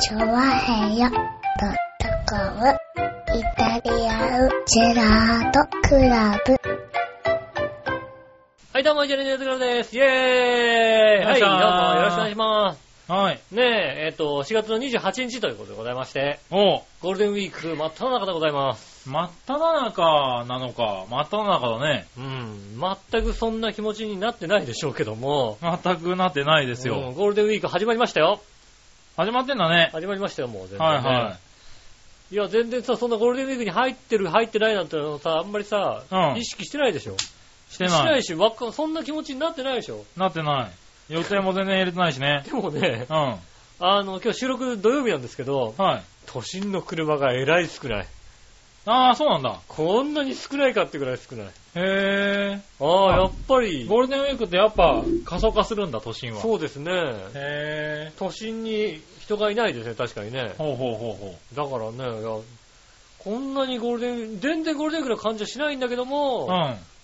チョワヘヨドットコムイタリアンジェラートクラブ。はい、どうも、イジェネズグラです。イェーイよはいい、しょどうも、ーよろしくお願いします。はい。ねえ、えっ、と、4月の28日ということでございまして、おうゴールデンウィーク真っ只中でございます。真っ只中なのか、真っ只中だね。うん、全くそんな気持ちになってないでしょうけども、全くなってないですよ。うんゴールデンウィーク始まりましたよ。始まってんだね。始まりましたよ、もう全然、ね。。はいはいや、全然さ、そんなゴールデンウィークに入ってる、入ってないなんてのさ、あんまりさ、うん意識してないでしょ。い。ししててな。ないいし、わっかそんな気持ちになってないでしょ。なってない。予定も全然入れてないしね。でもねう、ん。はあの、今日収録土曜日なんですけど、い。都心の車がえらい少ない。ああ、そうなんだ。こんなに少ないかってぐらい少ない。へああ、あやっぱりえ。、ゴールデンウィークってやっぱ、過疎化するんだ、都心は。う。そうですね。へえ。都心に人がいないですね、確かにね。ほうほうほうほだからね、いやこんなにゴールデン、全然ゴールデンウィークの感じはしないんだけどう。も、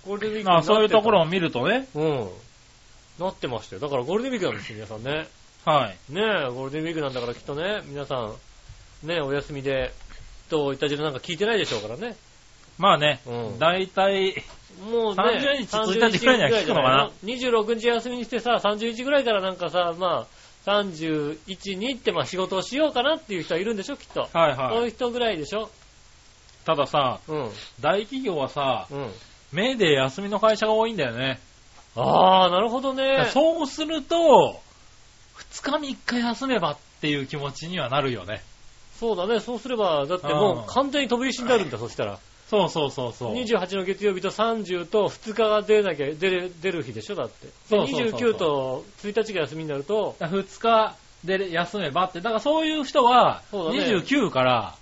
うゴールデンウィークん。あになっあ、てたそういうところを見るとね。うん。なってましたよ。だからゴールデンウィークなんですよ、皆さんね。はい。ねえ、ゴールデンウィークなんだからきっとね、皆さん、ねえ、お休みで、といったじなんか聞いてないでしょうからね。まあねう。んだいたい、もうね、 30日1日ぐらいには聞くのかな ?26 日休みにしてさ、30日ぐらいからなんかさ、まあ、31、2ってまあ仕事をしようかなっていう人はいるんでしょ、きっと。はいそうはいうい。人ぐらいでしょ。たださ、うん。大企業はさ、うん。メーデー休みの会社が多いんだよね。ああ、なるほどだねから。そうすると、2日に1回休めばっていう気持ちにはなるよね。そうだね、そうすれば、だってもうんう完全に飛び石になるんだ、そしたら。そうそうそうそう。 28の月曜日と30と2日が出なきゃ、出る、出る日でしょ、だって。でそうそうそうそう29と1日が休みになると、 2日で休めばって、だからそういう人は、そうだね29から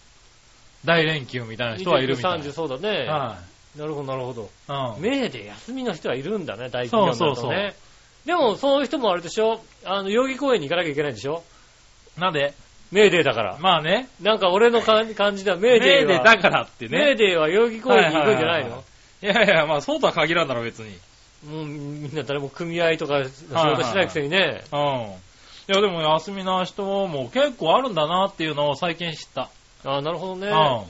大連休みたいな人はいるみたいな。 30、そうだね。はなるほど、なるほど。い。うん。メーで休みの人はいるんだね、大企業だとね。そうそうそうでも、そういう人もあれでしょあの、代々木公園に行かなきゃいけないんでしょなんでメーデーだから。まあね、なんか俺のかん感じではメーデーは、メーだからってメーね。デーは代々木公園に行くんじゃないはいはいはいはのいやいや、まあそうとは限らんだろ、別に。もうみんな誰も組合とか仕事しないくせにね。うん。いや、でも休みな人も結構あるんだなっていうのを最近知った。ああ、なるほどね。な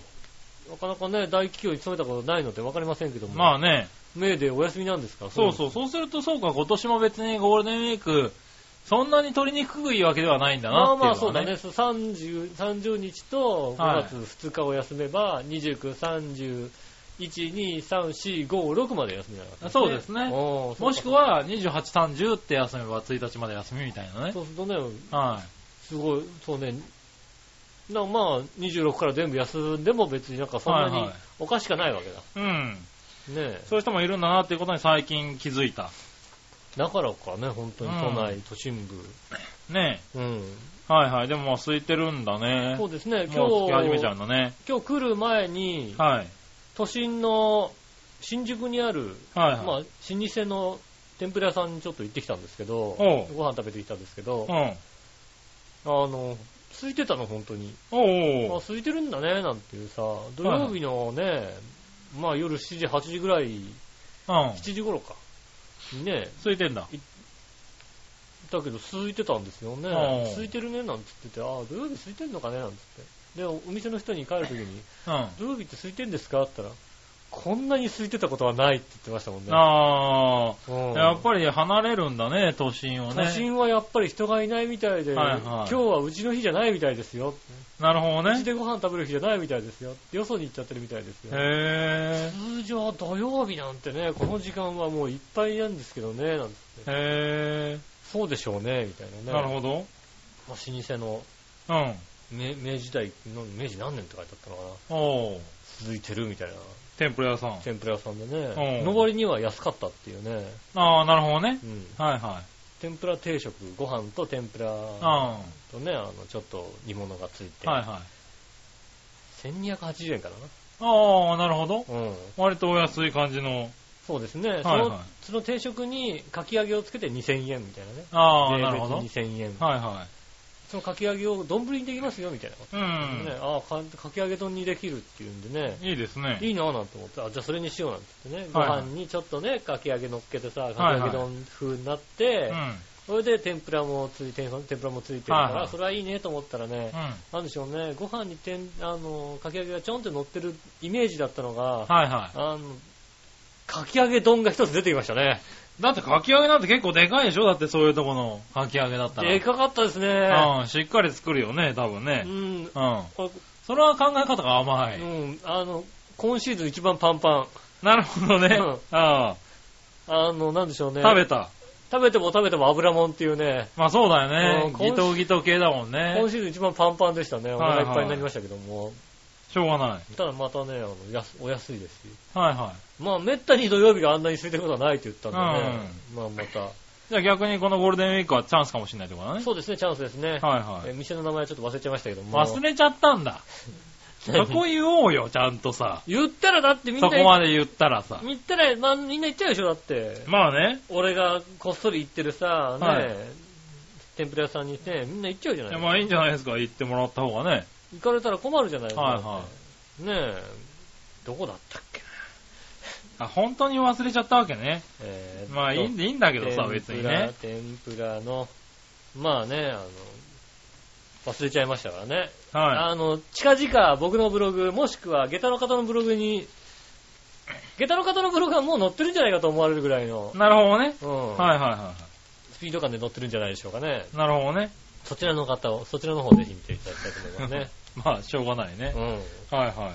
うかなかね、大企業に勤めたことないのでわかりませんけども。ん。まあね。メーデーお休みなんですかそうそう、そうするとそうか、今年も別にゴールデンウィーク、そんなに取りにくくいいわけではないんだまなあっていうのは、ね。まあそうだね。。そう 30, 30日と5月2日を休めば、29、30、1、2、3、4、5、6まで休みなかった、そうですおねーそうかもしくは、28、30って休めば1日まで休みみたいなね。そうするとね、はすごい、そうね、なまあ、26から全部休んでも別になんかそんなはいにはいおかしくはないわけだ。い。うん。ねえそういう人もいるんだなっていうことに最近気づいた。だからかね、本当にうん都内、都心ね部。うん。え。はいはい。でももう空いてるんだね。そうですね、今日、もう月始めちゃうんだね。今日来る前に、はい。都心の新宿にある、はいまあ、はい。老舗の天ぷら屋さんにちょっと行ってきたんですけど、おうご飯食べてきたんですけど、あうん。の、空いてたの、本当に。おうおあ、う空いてるんだね、なんていうさ、土曜日のね、まあ夜7時、8時ぐらい、うん。 7時頃か、にね、空いてんだ。だけど空いてたんですよねう。ん空いてるね、なんつってて、ああ、土曜日空いてんのかね、なんつって。で、お店の人に帰るとき に、うん。土曜日って空いてんですかって言ったら、こんなに空いてたことはないって言ってましたもんね。あうんあ。やっぱり離れるんだね、都心をね。都心はやっぱり人がいないみたいで、はいはい今日はうちの日じゃないみたいですよ。なるほどうちね。でご飯食べる日じゃないみたいですよ。よそに行っちゃってるみたいですよ。へ通常土曜日なんてね、この時間はもういっぱいなんですけどね、なんてえ。へえ。そうでしょうね、みたいなね。なるほど。まあ老舗のうん。明明治代の、明治何年って書いてあったのかな。おう続いてるみたいな天ぷら屋さん。天ぷら屋さんでね、うん上りには安かったっていうね、ああ、なるほどね。うん、はいは天ぷら定食、ご飯と天ぷらい。うん。はとね、あのちょっと煮物がついて、いはい。 1280円かな。ああ、なるほど。うん、割とお安い感じの。そうですね、はいそのその定食にかき揚げをつけて2000円みたいなね。ああ、税な別るほど。はい2000円。はそのかき揚げを丼にできますよみたいなこい。うとね、ん。ああか、かき揚げ丼にできるっていうんでね、いいですね。いいなぁなんて思って、あ、じゃあそれにしようなんて言ってね、ごはいは飯いにちょっとね、かき揚げ乗っけてさ、いかき揚げ丼風になって、うん。それで天ぷらもついて、天ぷらもついてるかはいはら、いそれはいいねと思ったらねう、ん。なんでしょうね、ご飯にてんあのかき揚げがちょんって乗ってるイメージだったのが、はいはあのかき揚げ丼が一つ出てきましたね。い。だってかき揚げなんて結構でかいでしょだってそういうとこのかき揚げだったら。でかかったですね。うん、しっかり作るよね、多分うね。ん。うん。こそれは考え方が甘れうい。ん、あの、今シーズン一番パンパン。なるほどね。うんああ、あの、なんでしょうね。食べた。食べても食べても油もんっていうね、まあそうだようんね。今週ギトギト系だもんね今。シーズン一番パンパンでしたね。おは腹いはいいっぱいになりましたけども。しょうがない。ただまたね、あの安お安いですし。はいはい。まあ、めったに土曜日があんなに空いてることはないと言ったんでね。まあ、また。じゃあ逆にこのゴールデンウィークはチャンスかもしれないってことだね。そうですね、チャンスですね。はいはえい。店の名前はちょっと忘れちゃいましたけども。忘れちゃった んだ。そこ言おうよ、ちゃんとさ。言ったらだってみんそな、こまで言ったらさ。言ったら、まあ、みんな言っちゃうでしょ、だって。まあね。俺がこっそり行ってるさ、ね、はい天ぷら屋さんにね、みんな行っちゃうじゃいないやまあいいんじゃないですか。行ってもらった方がね。行かれたら困るじゃないですか。はいはねえ、どこだったっけな。あ、本当に忘れちゃったわけね。えーまあいいんでいいんだけどさ、別にね。天ぷら、天ぷらの、まあね、あの、忘れちゃいましたからね。はあの、近々僕のブログ、もしくは下駄の方のブログに、下駄の方のブログはもう載ってるんじゃないかと思われるぐらいのい。、なるほどね。うんはいはいはスピード感で載ってるんじゃないでしょうかね。い。なるほどね。そちらの方を、そちらの方をぜひ見ていただきたいと思いますね。まあしょうがない ね。うはいは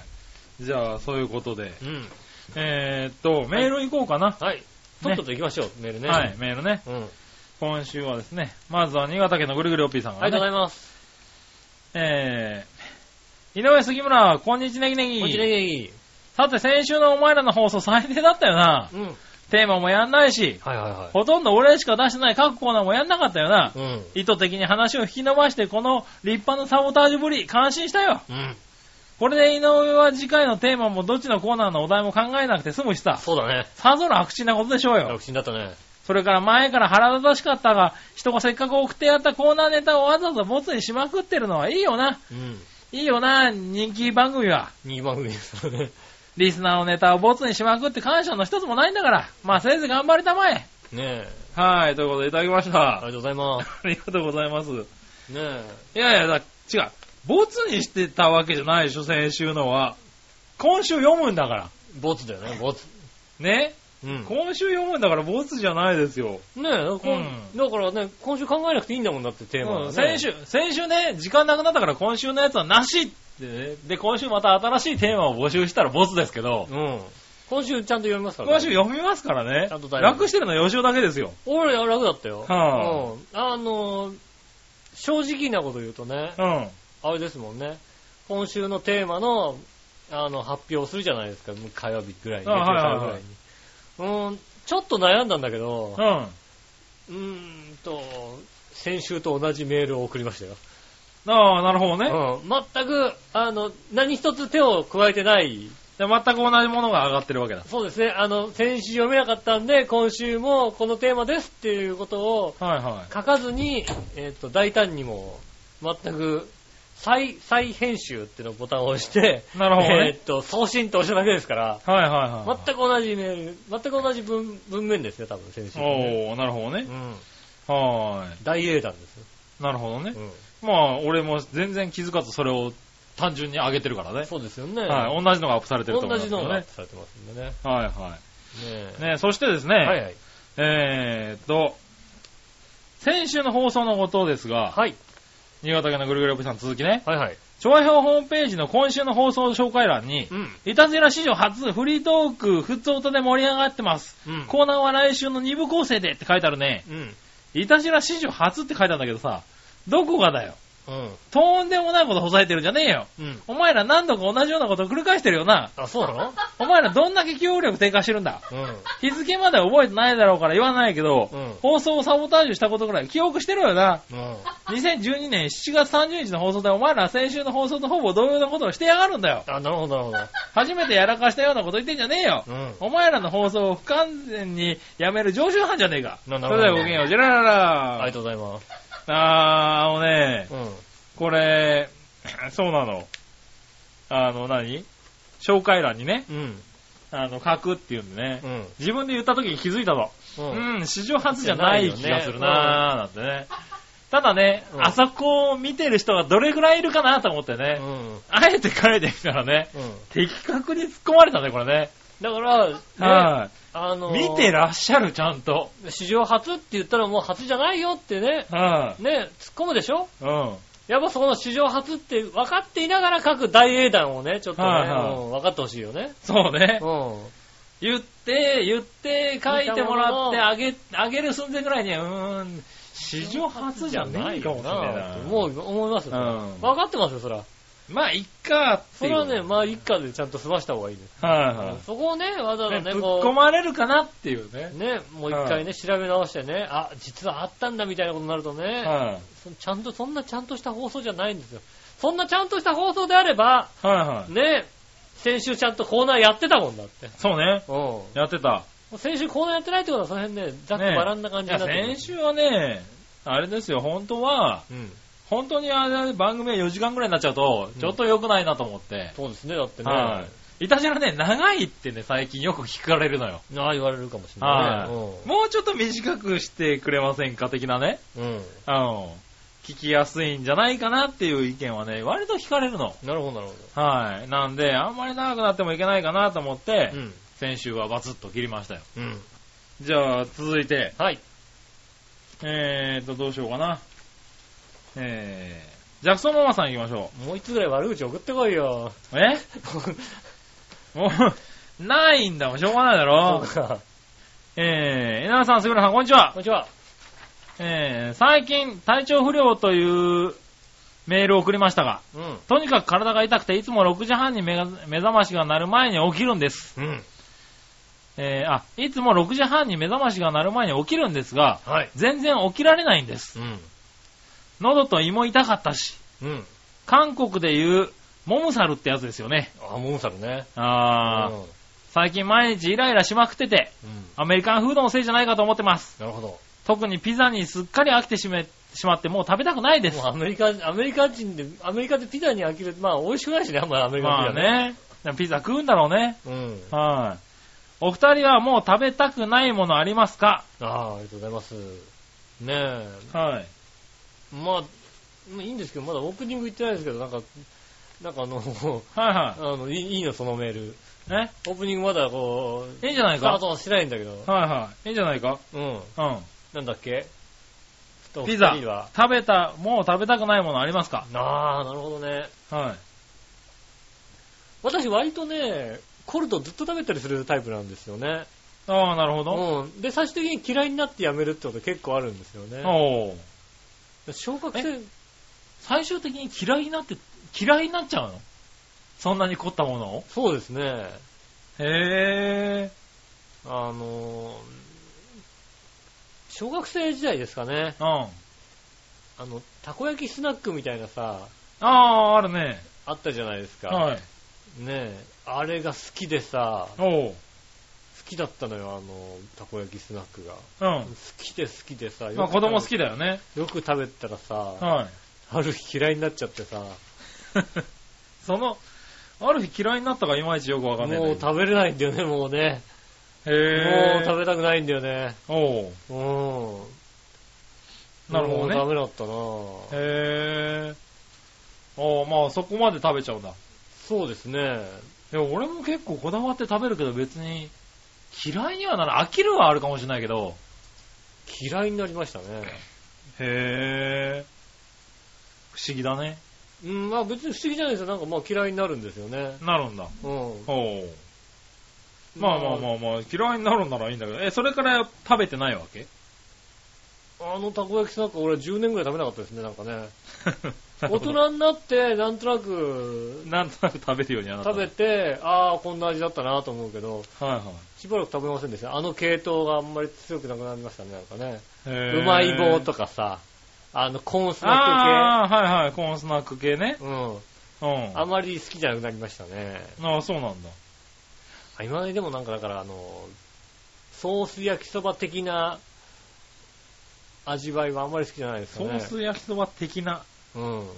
い。じゃあ、そういうことで。ん。うん。えーっと、メール行こうかな。はい。とっとと行きましょう、メールね。はい、。メールね。うん。今週はですね、まずは新潟県のぐるぐるおっぴーさんあがりがとうござね、います。えー、井上杉村、こんにちねぎねぎ。こちらでいい。さて、先週のお前らの放送最低だったよな。うん。テーマもやんないし、はいはほとんど俺しか出してない各コーナーもやんなかったよな。いはい。意図的に話を引き伸ばして、この立派なサボタージュぶり、感心したよ。うん。うん。これで井上は次回のテーマもどっちのコーナーのお題も考えなくて済むしさ。そうだね。さぞ楽ちんなことでしょうよ。楽ちんだったね。それから前から腹立たしかったが、人がせっかく送ってやったコーナーネタをわざわざボツにしまくってるのはいいよな。うん。いいよな、人気番組は。 2番組ですね。リスナーのネタをボツにしまくって感謝の一つもないんだから。まあ、せいぜい頑張りたまえ。ねえ。はい、ということでいただきましありがた。とうございます。ありがとうございます。いねえ。やいや、だ違う。ボツにしてたわけじゃないでしょ、先週のは。今週読むんだから。ボツだよ ね、ボツ。ね、うん。ね今週読むんだからボツじゃないですよ。え、こうんんだからね、今週考えなくていいんだもんだってテーマはね、うん先週、先週ね、時間なくなったから今週のやつはなしってね。で、今週また新しいテーマを募集したらボツですけど、うん。今週ちゃんと読みますから、今週読みますからねちゃんと。台本楽してるのは吉尾だけですよ。俺は楽だったよ。はうん。あのー正直なこと言うとね、うん。あれですもんね。今週のテーマの、あの、発表するじゃないですか。もう火曜日ぐらいに。あはいはいはい月曜日ぐらいにうん、ちょっと悩んだんだけどう、ん。うーんと、先週と同じメールを送りましたよ。ああ、なるほどね。うん、全く、あの、何一つ手を加えてない。で全く同じものが上がってるわけだ。そうですね。あの、先週読めなかったんで、今週もこのテーマですっていうことをはいは書かずに、えっ、と、大胆にも、全く、再、再編集っていうのボタンを押して、い。なるほどえーねっ。と、送信と押しただけですから、はいはいはい。全く同じメール、全く同じ文文面ですね、多分、先週とね、おー、なるほどねう。ん。は大英断ですよ。ーい。なるほどねう。んまあ、俺も全然気づかずそれを単純に上げてるからね。そうですよね。はい。同じのがアップされてると思同いますじけどのね。がされてますんでね。ねはいはえい。ね、そしてですね。はいはい。えーっと、先週の放送のことですが、はい。新潟県のぐるぐるおっぴーさん続きね、はいはい。調和表ホームページの今週の放送紹介欄にう、ん。いたずら史上初フリートーク、普通音で盛り上がってます。うん。コーナーは来週の2部構成でって書いてあるね。うん。いたずら史上初って書いてあるんだけどさ、どこがだよ。うん。とんでもないことほざいてるんじゃねえよ。うん。お前ら何度か同じようなことを繰り返してるよな。あ、そうなのお前らどんだけ記憶力低下してるんだ。う日付までは覚えてないだろうから言わないけど、うん放送をサボタージュしたことぐらい記憶してるよな。ん。うん。 2012年7月30日の放送でお前ら先週の放送とほぼ同様なことをしてやがるんだよ。あ、なるほど、なる初めてやらかしたようなこと言ってんじゃねえよほ。ど。うん。お前らの放送を不完全にやめる常習犯じゃねえか。そなれなでるほどはごきげんよう。じゃららら。ありがとうございます。あー、あのね、うん。これ、 そうなの。あの、何紹介欄にね、うん。あの、書くっていうんでねう。ん。自分で言った時に気づいたの。うん。うん、史上初じゃない気がするなーなんてね。ただね、うんあそこを見てる人がどれぐらいいるかなと思ってね、うん。あえて書いてみたらね、うん。的確に突っ込まれたね、これね。だから、ね、はあのい。見てらっしゃる、ちゃんと。史上初って言ったらもう初じゃないよってね、はね、突っ込むでしょい。うん。はやっぱそこの史上初って分かっていながら書く大英断をね、ちょっとね、はいはいうん分かってほしいよね。そうねう。ん。言って、言って、書いてもらっ見て、たあげ、あげる寸前ぐらいに、うーん、史上初じゃないかもしれないな。もう、う思いますよ、うん分かってますよ、そら。まあ、いっかってそいう。れはね、まあ一家でちゃんと済ました方がいいです。はいはい。そこをね、わざわざね、ね、ぶっこ込まれるかなっていうねう、。ね、もう一回ね、調べ直してね、あ、実はあったんだみたいなことになるとね、はそちゃんと、そんなちゃんとした放送じゃないんですよ。そんなちゃんとした放送であれば、い。はいはい。ね、先週ちゃんとコーナーやってたもんだって。そうね。うやってた。ん。先週コーナーやってないってことは、その辺ね、ざっとねえバランな感いじにや、なってる先週はね、あれですよ、本当は、うん。本当にあれ番組が4時間ぐらいになっちゃうとう、んちょっと良くないなと思って。そうですね、だってね。はい。いたじらね、長いってね、最近よく聞かれるのよ。ああ、言われるかもしれないね。はい。もうちょっと短くしてくれませんか的なね。うん。あの、聞きやすいんじゃないかなっていう意見はね、割と聞かれるの。うん。なるほど、なるほはい。なんで、あんまり長くなってもいけないかなと思って、ど。ん。先週はバツッと切りましたよ。うん。じゃあ、続いて、はい。えーと、どうしようかな。えー、ジャクソンママさん行きましょもう一つぐらい悪口送ってこいよ。う。えもう、 ないんだもん、しょうがないだ そろう。か。えー、えならさん、すぐらさん、こんにちはこん。にちは。えー、最近、体調不良というメールを送りましたが、うん。とにかく体が痛くて、いつも6時半に目が目覚ましが鳴る前に起きるんです。うん。えー、あ、いつも6時半に目覚ましが鳴る前に起きるんですが、はい。全然起きられないんです。うん。喉と胃も痛かったし、うん。韓国でいう、モムサルってやつですよね。あ、モンサルね。あー、最近毎日イライラしまくってて、うん。うん。アメリカンフードのせいじゃないかと思ってます。なるほど。特にピザにすっかり飽きてしめしまって、もう食べたくないですもう。アメリカ、アメリカ人で、アメリカでピザに飽きる。まあ、美味しくないしね、あんまりアメリカまのあピザね。ね、ピザ食うんだろうね。うん。はい。お二人はもう食べたくないものありますかああ、ありがとうございます。ねえ。はい。まあ、まあいいんですけど、まだオープニング行ってないですけど、なんか、なんかあの、 はいあはのいいいいの、そのメール。い。ね。オープニングまだこう、いいんじゃないスターかトはしてないんだけど。はいはい。いいんじゃないかうん。うん。なんだっけピザお二人は。食べた、もう食べたくないものありますかああ、なるほどね。は私割とね、コルトずっと食べたりするタイプなんですよね。い。ああ、なるほど。うん。で、最終的に嫌いになってやめるってこと結構あるんですよね。おー小学生、最終的に嫌いになって、嫌いになっちゃうのそんなに凝ったものをそうですね。へえ。あのー、小学生時代ですかね。うん。ああの、たこ焼きスナックみたいなさ、あー、あるね。あったじゃないですか。はい。ねえ、あれが好きでさ、好おう。きだったのよ、あの、たこ焼きスナックが。好うきで好きでさ、ん。まあ子供好きで。だよね。よく食べたらさ、はい。ある日嫌いになっちゃってさ、 その、ある日嫌いになったかいまいちよくわかんないんもうだけど。食べれないんだよね、もうね。へもうー食べたくないんだよね。おううん。なるほどねもうダメだったなぁへーおうまあそこまで食べちゃうんだ。そうですね。いや、俺も結構こだわって食べるけど別に、嫌いにはなら、飽きるはあるかもしれないけど。嫌いになりましたね。へー不思議だね。うん、まあ別に不思議じゃないですよ。なんかまあ嫌いになるんですよね。なるんだ。うん。おうまあまあまあまあ、嫌いになるんならいいんだけど。え、それから食べてないわけあのたこ焼きスナック俺10年ぐらい食べなかったですね、なんかね。 な大るほど人になって、なんとなくなんとなく食べるようにはなった。食べて、ああ、こんな味だったなと思うけど、はいはい。しばらく食べませんでした。あの系統があんまり強くなくなりましたね、なんかね。ううまい棒かとかさ、あの、コーンスナッああ、はいはい、コーンスナック系ねク。系。うん。うん。ああまり好きじゃなくなりましたね。あ、そうなんだ。あ今まででもなんかだから、あの、ソース焼きそば的な味わいはあんまり好きじゃないですかソね。ース焼きそば的な。うん。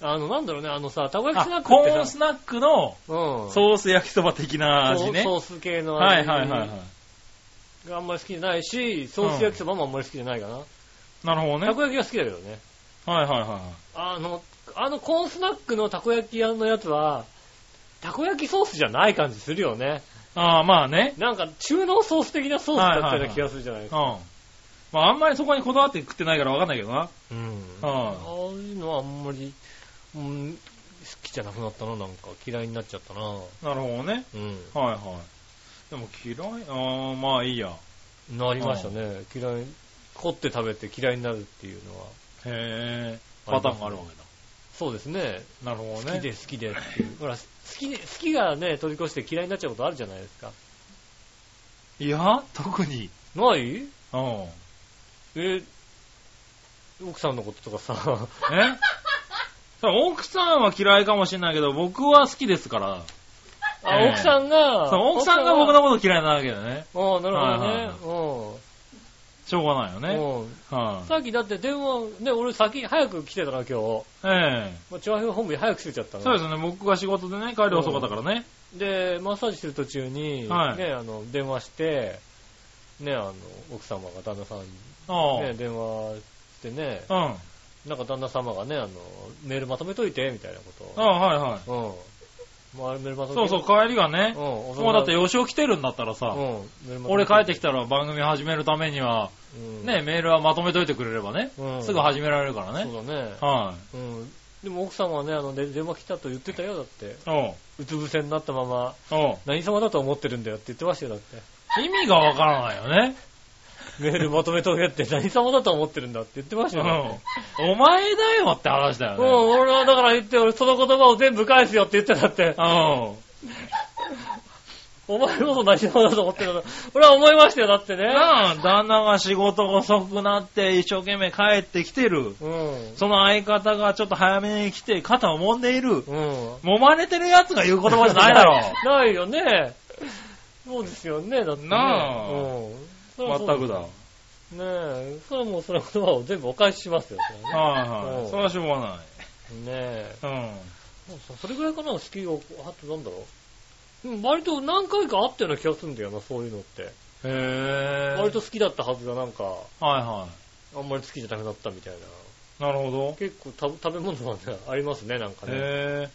あの、なんだろうね、あのさ、たこ焼あきスナックコーンってさスナックのうん。ソソース焼きそば的な味ね。ソース系のは味いはいはいはい。があんまり好きじゃないし、ソース焼きそばもあんまり好きじゃないかな。なるほどね。はたいこ焼きは好きだけどね。はいはいはい。あの、あのコーンスナックのたこ焼き屋のやつは、たこ焼きソースじゃない感じするよね。ああ、まあね。なんか中濃ソース的なソースだったような気がするじゃないでうす。んか。まああんまりそこにこだわって食ってないからわかんないけどな。うん。あうん。あいうのはあんまり、うん、好きじゃなくなったな、なんか嫌いになっちゃったな。なるほどね。うん。はいはい。でも嫌い、ああ、まあいいや。なりましたね。嫌い、凝って食べて嫌いになるっていうのは。へえ。パターンがあるわけだ。そうですね。なるほど好きでね。好きでっていう。ほら、好きで、好きがね、取り越して嫌いになっちゃうことあるじゃないですか。いや、特に。ないうん。え、奥さんのこととか さ、えそれ奥さんは嫌いかもしれないけど、僕は好きですから。あ、ええ奥さんが、そう奥さんが僕のここと嫌いなわけだね。と。ああ、はいはいなはるほしょうがないどよね。うん。ね。うんはい、さっきだって電話、ね、俺先、早く来てたな、今日。もええう調和表本部に早く着いちゃったの。そうですね、僕が仕事でね、帰り遅かったからね。で、マッサージする途中に、はいね、あの、電話して、ね、あの、奥様が旦那さんにあね、電話してね、あ。うん。なんか旦那様がね、あの、メールまとめといて、みたいなこああ、はいはい。とを。うん。まあ、メールまとめそうとそう、いて。帰りがねう、ん、おもうだって、吉尾来てるんだったらうさ、ん、メールまとめ俺帰ってきたら番組始めるためには、うんね、メールはまとめといてくれればね、うんすぐ始められるからね。そうだね。はうん。でも奥様はね、あの、で電話来たと言ってたよ、だって。い。おううつ伏せになったまま、おう何様だと思ってるんだよって言ってましたよ、だって。意味がわからないよね。メールまとめとけって何様だと思ってるんだって言ってましたよ、だって。うん。お前だよって話だうん、よね。俺はだから言って、俺その言葉を全部返すよって言ってたって。うん。お前のこと何様だと思ってるんだ。俺は思いましたよ、だってね。なあ、旦那が仕事が遅くなって一生懸命帰ってきてる。うん。その相方がちょっと早めに来て肩を揉んでいる。うん。揉まれてる奴が言う言葉じゃないだろ。ないよね。そうですよね、だって、ね。なあうん。 それはそう全くだ。はいねえ。それはもうその言葉を全部お返ししますよ、それはね。はうんい。それはしょうがない。ねえ。うん。もうそそれぐらいかな、好きが、あとなんだろう。うん割と何回かあったような気がするんだよな、そういうのって。へえ。割と好きだったはずがなんか、はいはあんまり好きじゃなくなったみたいな。い。なるほど。結構た食べ物はね、ありますね、なんかね。へえ。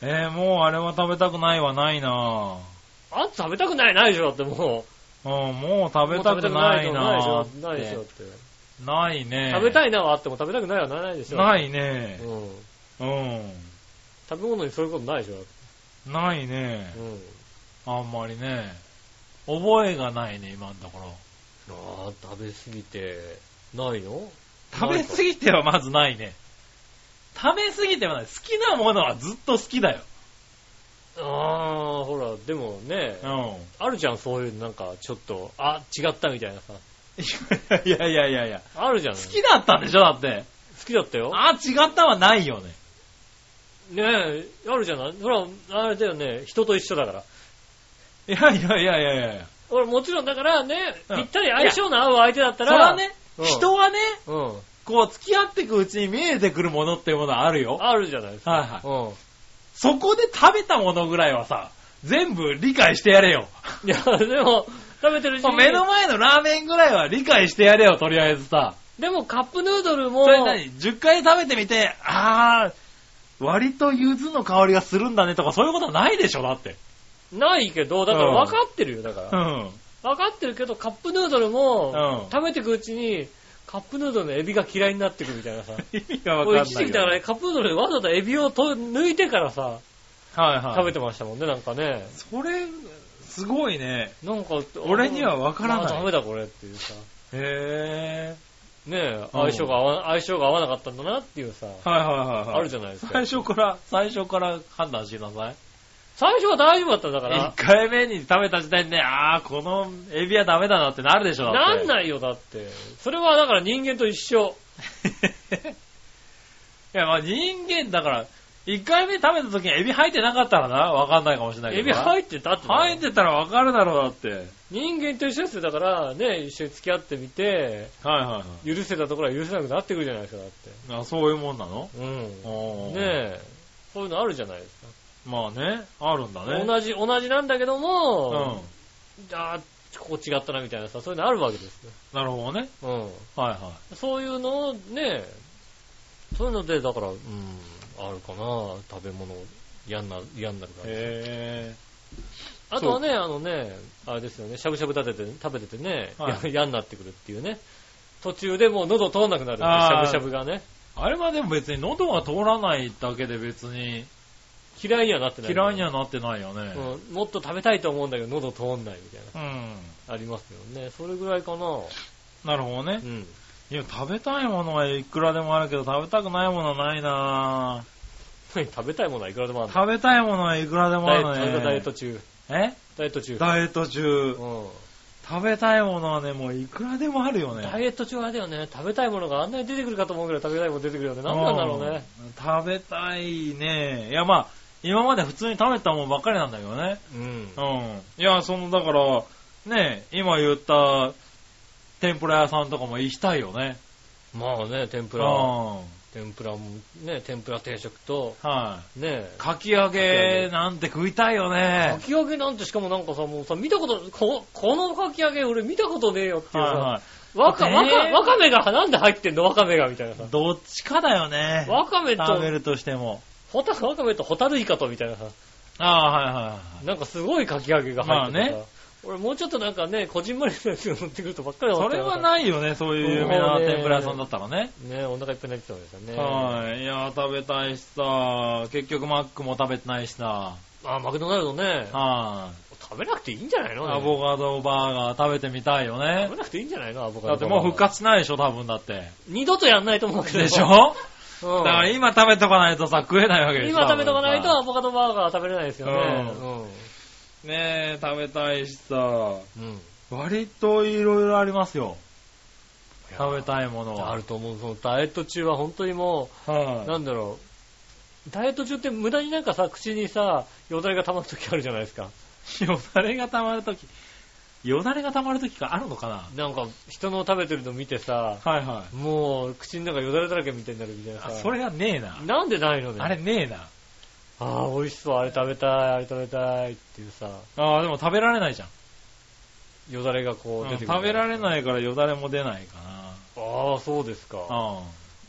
えー、もうあれは食べたくないはないなあんた食べたくないないでしょ、だってもうん、もうう。食べたくないもなう食べたくないでしょ、ないでしょって。ないね。食べたいなはあっても食べたくないはないでしょ。。ないいねう。ん。う食べ物にそういうことないでしょ。ん。ないね。うん。あんまりね。覚えがないね、今のところ。ああ、食べ過ぎて、ないの食べ過ぎてはまずないね。食べ過ぎてはない。好きなものはずっと好きだよ。ああ、ほら、でもね、うん。あるじゃん、そういう、なんか、ちょっと、あ、違ったみたいなさ。いやいやいやいや。あるじゃん。好好きだったんでしょだって。きだったよ。あ、違ったはないよね。ねえ、あるじゃないほら、あれだよね、人と一緒だから。いやいやいやいやいや。俺もちろんだからね、うんぴったり相性の合う相手だったそら。れはね、うん人はね、うん。こう付き合っていくうちに見えてくるものっていうものはあるよ。あるじゃないですか。はいはい。うそこで食べたものぐらいはさ、全部理解してやれよ。ん。いや、でも、食べてるうちに目の前のラーメンぐらいは理解してやれよ、とりあえずさ。でもカップヌードルも、それ何 ?10 回食べてみて、あー、割と柚子の香りがするんだねとか、そういうことはないでしょ、だって。ないけど、だからうん分かってるよ、だから。うん。分かってるけど、カップヌードルもう、ん食べていくうちに、カップヌードルのエビが嫌いになってくみたいなさ。意味がわかん俺ない。一時期だからね、カップヌードルでわざわざエビをと抜いてからさ、はいはい。食べてましたもんね、なんかね。それ、すごいね。なんか、俺には分からないあダメだこれっていうさ。へねえ、相性が合わ、相性が合わなかったんだなっていうさ、ぇー。はいはいはいはあい。るじゃないですか最。初から、最初から判断しなさい。最初は大丈夫だったんだから1。回目に食べた時点で、あー、このエビはダメだなってなるでしょ。だなってんないよ、だって。それはだから人間と一緒。 いや、まあ人間だから、一回目食べた時にエビ入ってなかったらな、わかんないかもしれないけエどビな。入ってたって。入ってたらわかるだろう、だって。人間と一緒ですよ。だから、ね、一緒に付き合ってみて、はいはい許せたところは許せなくなってくるじゃないですか、だって。はい。あそういうもんなのうん。おーねえ。そういうのあるじゃないですか。まあね、あるんだね。同じ、同じなんだけどうも、ん。あーここ違ったなみたいなさ、そういうのあるわけですよ。なるほどね。うん。はいはそういうのをね、そういうので、だから、うん、あるかな、食べ物、嫌になる、嫌になるかい。ら。へあとはね、あのね、あれですよね、しゃぶしゃぶ食べてて、食べててね、はいや嫌になってくるっていうね。途中でもう喉通んなくなるんであしゃーぶしゃぶがね。ーあれはでも別に喉が通らないだけで別に嫌いにはなってない。嫌いにはなってないよね。うん、もっと食べたいと思うんだけど、喉通んないみたいうん。な。ありますよね。それぐらいかな。なるほどねう。ん。 いや、食べたいものはいくらでもあるけど、食べたくないものはないなぁ。食べたいものはいくらでもあるの食べたいものはいくらでもあるダイエットね。ダイエット中。えダイエット中。ダイエット中。うん食べたいものはね、もういくらでもあるよね。ダイエット中あれだよね、食べたいものがあんなに出てくるかと思うぐらい食べたいもの出てくるよね。なんなんだろうね。うん。食べたいね。いや、まあ、今まで普通に食べたもんばっかりなんだけどね。うん。うん。いや、その、だから、ね、今言った、天ぷら屋さんとかも行きたいよね。まあね、天ぷうん。ら、は天ぷらも、ね、天ぷら定食と、い。ね、かき揚げなんて食いたいよかね。き揚げなんてしかもなんかさ、もうさ、見たこと、ここのかき揚げ俺見たことねえよっていうはいさ、はわか、わかえ、ーわかめがなんで入ってんのわかめがみたいなさい。。どっちかだよね。わかめ食べと、るとしても。ホタわかめとホタルイカとみたいなさ、ああ、はいはいなんかすごいかき揚げが入っててさ、まあ俺もうちょっとなんかね、こじんまりしたやつを持ってくるとばっかりだはい。っそたれよはないよね、そういう有名な天ぷら屋さんだったらね。ね、お腹いっぱいになってたんですよね。はい。いや、食べたいしさ、結局マックも食べてないしさ、あ、マクドナルドね。は食べなくていいんじゃないい。のアボカドバーガー食べてみたいよね食。べなくていいんじゃないのアボカド。だってもう復。活しないでしょ、多分だって。二度とやんないと思うけど。でしょうだんから今食べとかないとさ、食えないわけでしょ。今食べとかないと多分アボカドバーガーは食べれないですよね。さ。ねえ、食べたいしさ、うん。うん。割といろいろありますよ。食べいたいものや。は。あると思う。そのダイエット中は本当にもう、はなんだろう。ダイエット中って無駄になんかさ、口にさ、よだれが溜まる時あるじゃないですか。い。よだれが溜まるとき、よだれが溜まるときがあるのかななんか、人の食べてるの見てさ、はいはい。もう、口の中よだれだらけみたいになるみたいなあさ。それがねえな。なんでないのね。あれねえな。ああ、美味しそう、あれ食べたい、あれ食べたいっていうさ、ああ、でも食べられないじゃん。よだれがこう出てくる。食べられい。ないからよだれも出ないかああ、そうですか。な。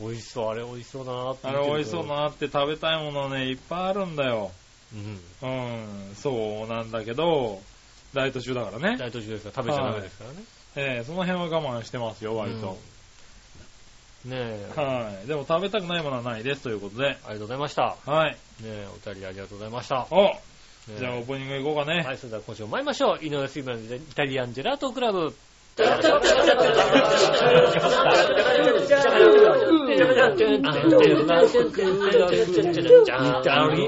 うん。美味しそう、あれ美味しそうだなってあ見てるれと美味しそう。なって食べたいものね、いっぱいあるんだよ。うん。うん、そうなんだけど、ダイエット中だからね。大途中ですから、食べちゃダメですからね。ええその辺は我慢してますよ、割と。ねえ、はい。でも食べたくないものはないです、ということあで。りがとうございました。はい。ねえ、お便りありがとうございました。おねえじゃあオープニング行こうかね。はい、それでは今週も参りましょう。井上杉村のイタリアンジェラートクラブ。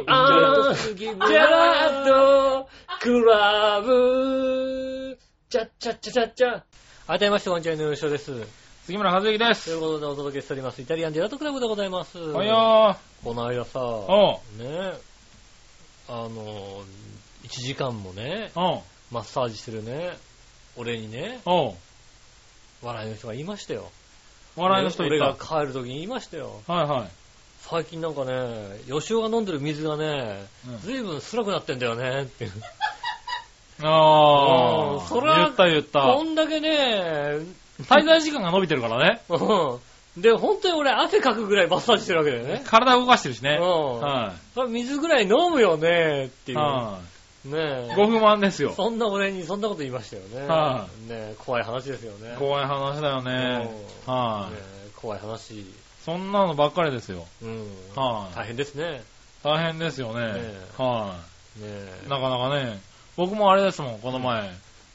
ジェラートクラブ。チャッチャッチャチャッチャ。改めまして、こんにちは、井上翔です。杉村和之でとす。いうことでお届けしております、イタリアンジェラートクラブでございます。およこの間さ、ー。おう。ねえ、あの、1時間もね、おう。マッサージしてるね、俺にね、おう。笑いの人が言いましたよ。笑いの人い俺た。がは帰る時に言いましたよ。いはい。最近なんかね、吉尾が飲んでる水がねうん、ずいぶん辛くなってんだよねっていう。あうんあ、それは言った言った。こんだけね、滞在時間が伸びてるからね。うんで、本当に俺汗かくぐらいマッサージしてるわけだよね。体動かしてるしうね。ん。はそれ水ぐらい飲むよねってい。いう。はねい。え。ご不満ですよ。そんな俺にそんなこと言いましたよね。はねえ怖い話ですよね。怖い話だよね。うんはねい。え怖い話。そんなのばっかりですよ。うん。は大変ですね。い。大変ですよねえ。はねえい。なかなかね、僕もあれですもん、この前。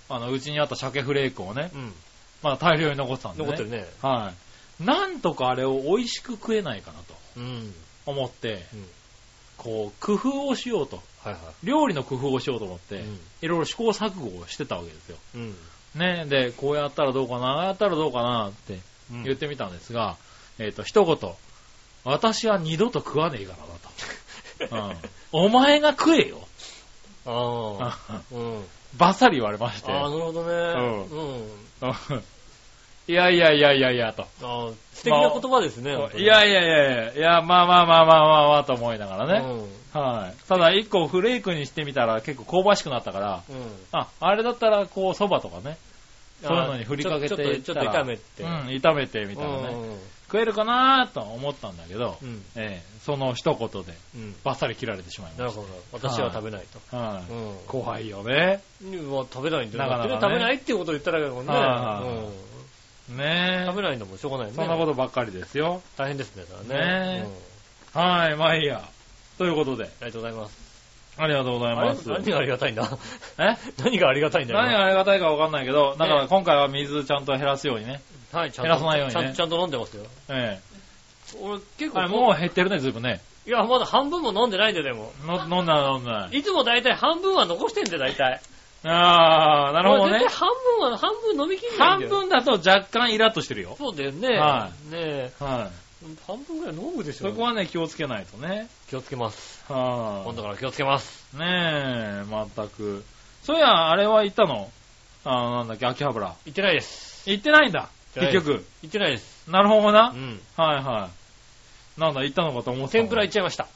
あの、うちにあった鮭フレークをね、うん。まだ大量に残ってたんでね。残ってるね。はい。なんとかあれを美味しく食えないかなとうん。思ってうん、こう、工夫をしようと。はいは料理の工夫をしようと思って、い。いろいろ試行錯誤をしてたわけですよ。うん。ね、で、こうやったらどうかな、ああやったらどうかなってうん言ってみたんですが、えっ、と、一言、私は二度と食わねえからだと。 うんお前が食えよ。ああ。うん。 バサリ言われまして。ああ、なるほどね。ううん。うんいやいやいやいやいや、と。ああ、素敵な言葉ですね。本当にいやいやいやいや、いや、まあまあまあまあまあまあ、と思いながらね。うん。はい。ただ、一個フレークにしてみたら結構香ばしくなったから、うん。あ、あれだったら、こう、蕎麦とかね。そういうのに振りかけてちょっとちょっといった炒らめて。うん、炒めてみたいなね。ね。食えるかなと思ったんだけどう、ん。ええ、その一言で、うん。バッサリ切られてしまいなまるしほど。私は食べないと。た。はい。うん。怖いよね。うんまあ食べないんだよ。なかなかねだって食べないっていうことを言っただけだもんね。はいはいうんね食べえ。ないんだもん、しょうがないよね。そんなことばっかりですよ。大変ですね、だからね。ねえうんはい、まあいいや。ということで、ありがとうございます。ありがとうございあれます。何がありがたいんだ え何がありがたいんだ何がありがたいかわかんないけど、だから今回は水ちゃんと減らすようにね。今はい、ちゃんと。減らさないようにねちゃんちゃんと飲んでますよ。え俺結え。あ構れもう減ってるね、ずいぶんね。う。いや、まだ半分も飲んでないんだよ、でも。の飲んだ飲んだ。いつも大体半分は残してんだよ、大体。あー、なるほど俺ね絶対。半分は、半分飲みきんないん半だよ。分だと若干イラッとしてるよ。そうだよね。はねえ。は半分ぐらい飲むでい。しょ。そこはね、気をつけないとね。気をつけます。は今度から気をつけます。い。ねえ、まったく。そういや、あれは行ったのあー、なんだっけ、秋葉原。行ってないです。行ってないんだ。行ってな結い局。行ってないです。なるほどな。うはいん。はい。なんだ、行ったのかと思ってた天もんぷら行っちゃいました。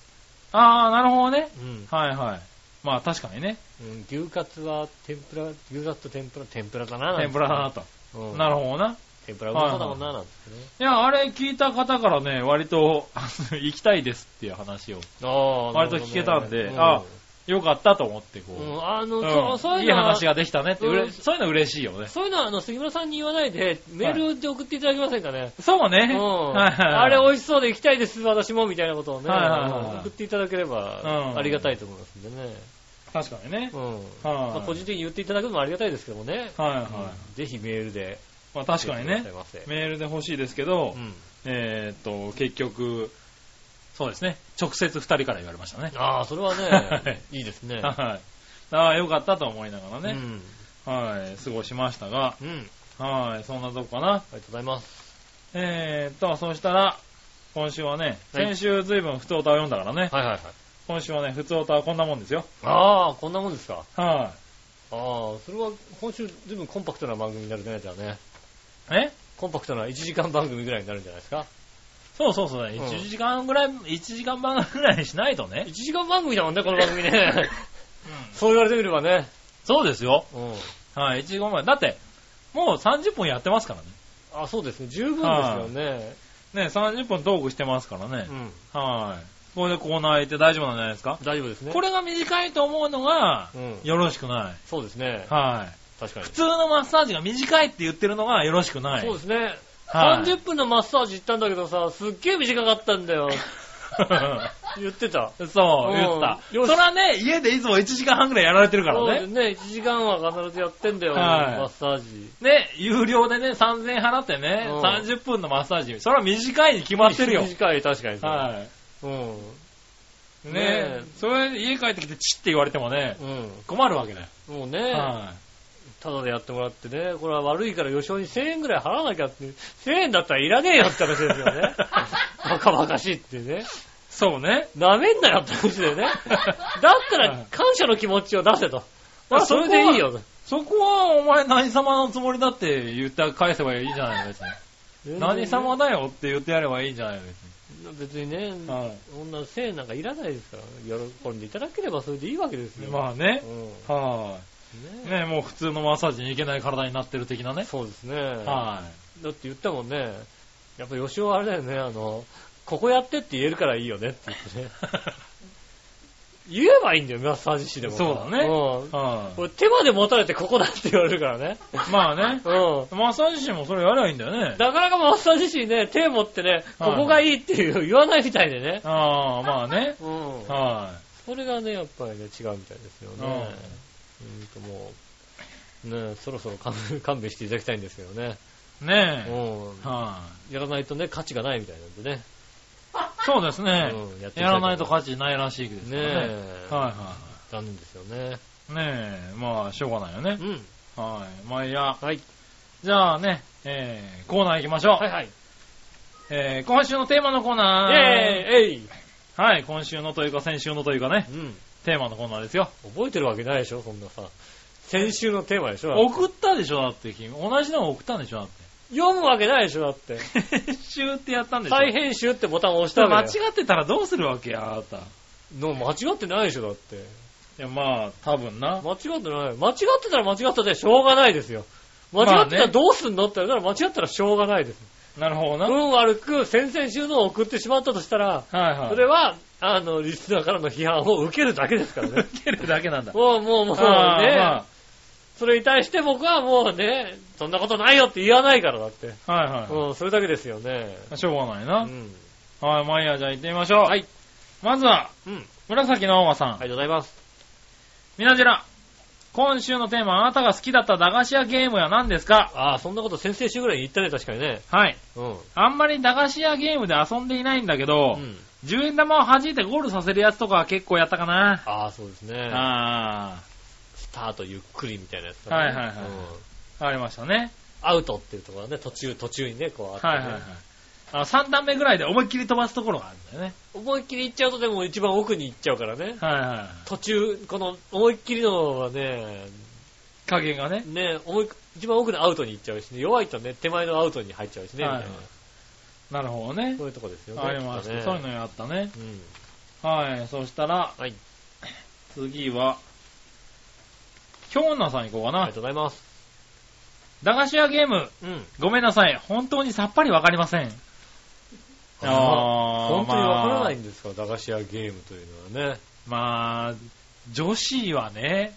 あー、なるほどね。うん。はいはい。まあ確かにね。うん牛カツは天ぷら、牛カツと天ぷら、天ぷらだななんて天ぷらだなと。うんなるほどな。天ぷらうまそうだもんな、なんですね。いや、あれ聞いた方からね、割と、あの行きたいですっていう話を、ああ割と聞けたんでうんあよかったと思って、こうう、ん、あの、うんそうそういういのは話ができたねって、うれうんそういうの嬉しいよね。そういうのは、あの、杉村さんに言わないで、メールで送っていただけませんかね。そうね。うん。はいはいはいあれ美味しそうで行きたいです、私も、みたいなことをね、はいはいはいあの送っていただければう、んありがたいと思いますんでね。確かにね。うん。はいまあ個人的に言っていただくのもありがたいですけどもね。はいはい。ぜひメールで。まあ確かに教えねてください、ませメールで欲しいですけど、うん。えーっと、結局、そうですね、直接二人から言われましたね。ああ、それははね、いいですね。はい。ああ、よかったと思いながらね、ね。はい、過ごしましたが、うん。うん。はい、そんなとこかな。ありがとうございます。えーっと、そしたら、今週はね、はい先週ずいぶん普通歌を読んだからね、はいはいはい。今週はね、普通歌はこんなもんですよ。ああ、こんなもんですか。はああ、それは今週ずいぶんコンパクトな番組になるんじゃないですかね。い。えコンパクトな1時間番組ぐらいになるんじゃないですか。そうそうそう、ねうん1時間ぐらい、1時間半ぐらいにしないとね1。時間番組だもんね、この番組 ね。そう言われてみればね。そうですよ。うん。はい、1時間前。だって、もう30分やってますからね。あ、そうですね。十分ですよね。ね、30分トークしてますからねう。ん。はい。これでコーナー行って大丈夫なんじゃないですか大丈夫ですね。これが短いと思うのが、うん。よろしくない。そうですね。はい。確かに普。通のマッサージが短いって言ってるのがよろしくない。そうですね。はい30分のマッサージ行ったんだけどさ、すっげえ短かったんだ よ。言ってた。 そうんう、言った。そよしれはね、家でいつも1時間半ぐらいやられてるかそうだらよね。ね。1時間は必ずやってんだよ、はいマッサージ。ね、有料でね、3000円払ってね、うん30分のマッサージ。それは短いに決まってるよ。短い、確かに。はうん。ねい。ねえそれ家帰ってきてチッって言われてもねう、ん。困るわけだよ。もうね、はただでやってもらってね、これは悪いから予想に1000円ぐらい払わなきゃって、1000円だったらいらねえよって話ですよ ね。バカバカしいってね。い。そうね。舐めんなよって話だよね。だったはらい感謝の気持ちを出せと。あそれでいいよと。そこはお前何様のつもりだって言って返せばいいじゃないの別に。何様だよって言ってやればいいじゃないの別別にね、はそんな1000円なんかいらないですから、喜んでいただければそれでいいわけですに。よ。まあねう。んはねい。ねもう普通のマッサージに行けない体になってる的なね。そうですね。はだって言ったもんね、やっぱ吉尾はあれだよね、あの、ここやってって言えるからいいよねって言ってね。言えばいいんだよ、マッサージ師でもさ。そうだねうんい。はこれ手まで持たれてここだって言われるからね。い。まあね。うん。マッサージ師もそれやればいいんだよね。なかなかマッサージ師ね、手持ってね、はいここがいいっていう言わないみたいでね。ああ、まあね。うん。はそれがね、やっぱりね、違うみたいですよね。うんともう、ね、そろそろ勘弁 勘弁していただきたいんですけどね。い。ねえ。うはん。やらないとね、価値がないみたいなんでね。い。そうですね。うんやっていきたいと思いますやらないと価値ないらしいですねからね。え。はいは残念ですよね。い。ねえ、まあ、しょうがないよねう。ん。はい。まあいいや。はい。じゃあね、えー、コーナー行きましょう。はいはい。えー、今週のテーマのコーナー。イェーイえいはい、今週のというか先週のというかね、うん。テーマのコーナーですよ。覚えてるわけないでしょ、そんなさ。先週のテーマでしょ。送ったでしょ、だって君。同じのを送ったんでしょ、だっ読むわけないでしょ、だって。て。編 集ってやったんでしょ。再編集ってボタンを押しそたれ間わ違けだよってたらどうするわけや、あなた。いの間違ってないでしょ、だって。や、まあ、多分な。間違ってない。間違ってたら間違ったでしょうがないですよ。間違ってたらどうすんのって言われたら間違ったらしょうがないです。なるほどな。はい運悪く先々週のを送ってしまったとしたら、はい。それは、あの、リスナーからの批判を受けるだけですから ね。受けるだけなんだ。もう、もう、もうあーね、それに対して僕はもうね、そんなことないよって言わないからだって。まあはいはうん、それだけですよね。い。しょうがないうな。ん。はい、マイヤーじゃあ行ってみましょう。はい。まずは、うん。紫のおまさん。ありがとうございます。みなじら。今週のテーマ、あなたが好きだった駄菓子屋ゲームは何ですかああ、そんなこと先々週ぐらいに言ったね、確かにね。はい。うん。あんまり駄菓子屋ゲームで遊んでいないんだけど、うん。 10円玉を弾いてゴールさせるやつとかは結構やったかな。ああ、そうですね。あスタートゆっくりみたいなやつとはいはいはいうんあ、ありましたね。アウトっていうところはね、途中、途中にね、こうあって、ねはいはいはい。あ3段目ぐらいで思いっきり飛ばすところがあるんだよね。思いっきり行っちゃうとでも一番奥に行っちゃうからね。はいは途中、この思いっきりのはね、い。加減がね。ね、思い一番奥のアウトに行っちゃうしね、弱いとね、手前のアウトに入っちゃうしね、はいみたいななるほどねそ。ういうとこですよね。ありましきた。っそとういうねのやったね。うん。はい。そしたら、はい。次は、京女さん行こうかあなりが。とうございます。駄菓子屋ゲーム、うん。ごめんなさい。本当にさっぱりわかりません。あー本当にわからないまんですか、駄菓子屋ゲームというのはね。あ、まあ女子はね、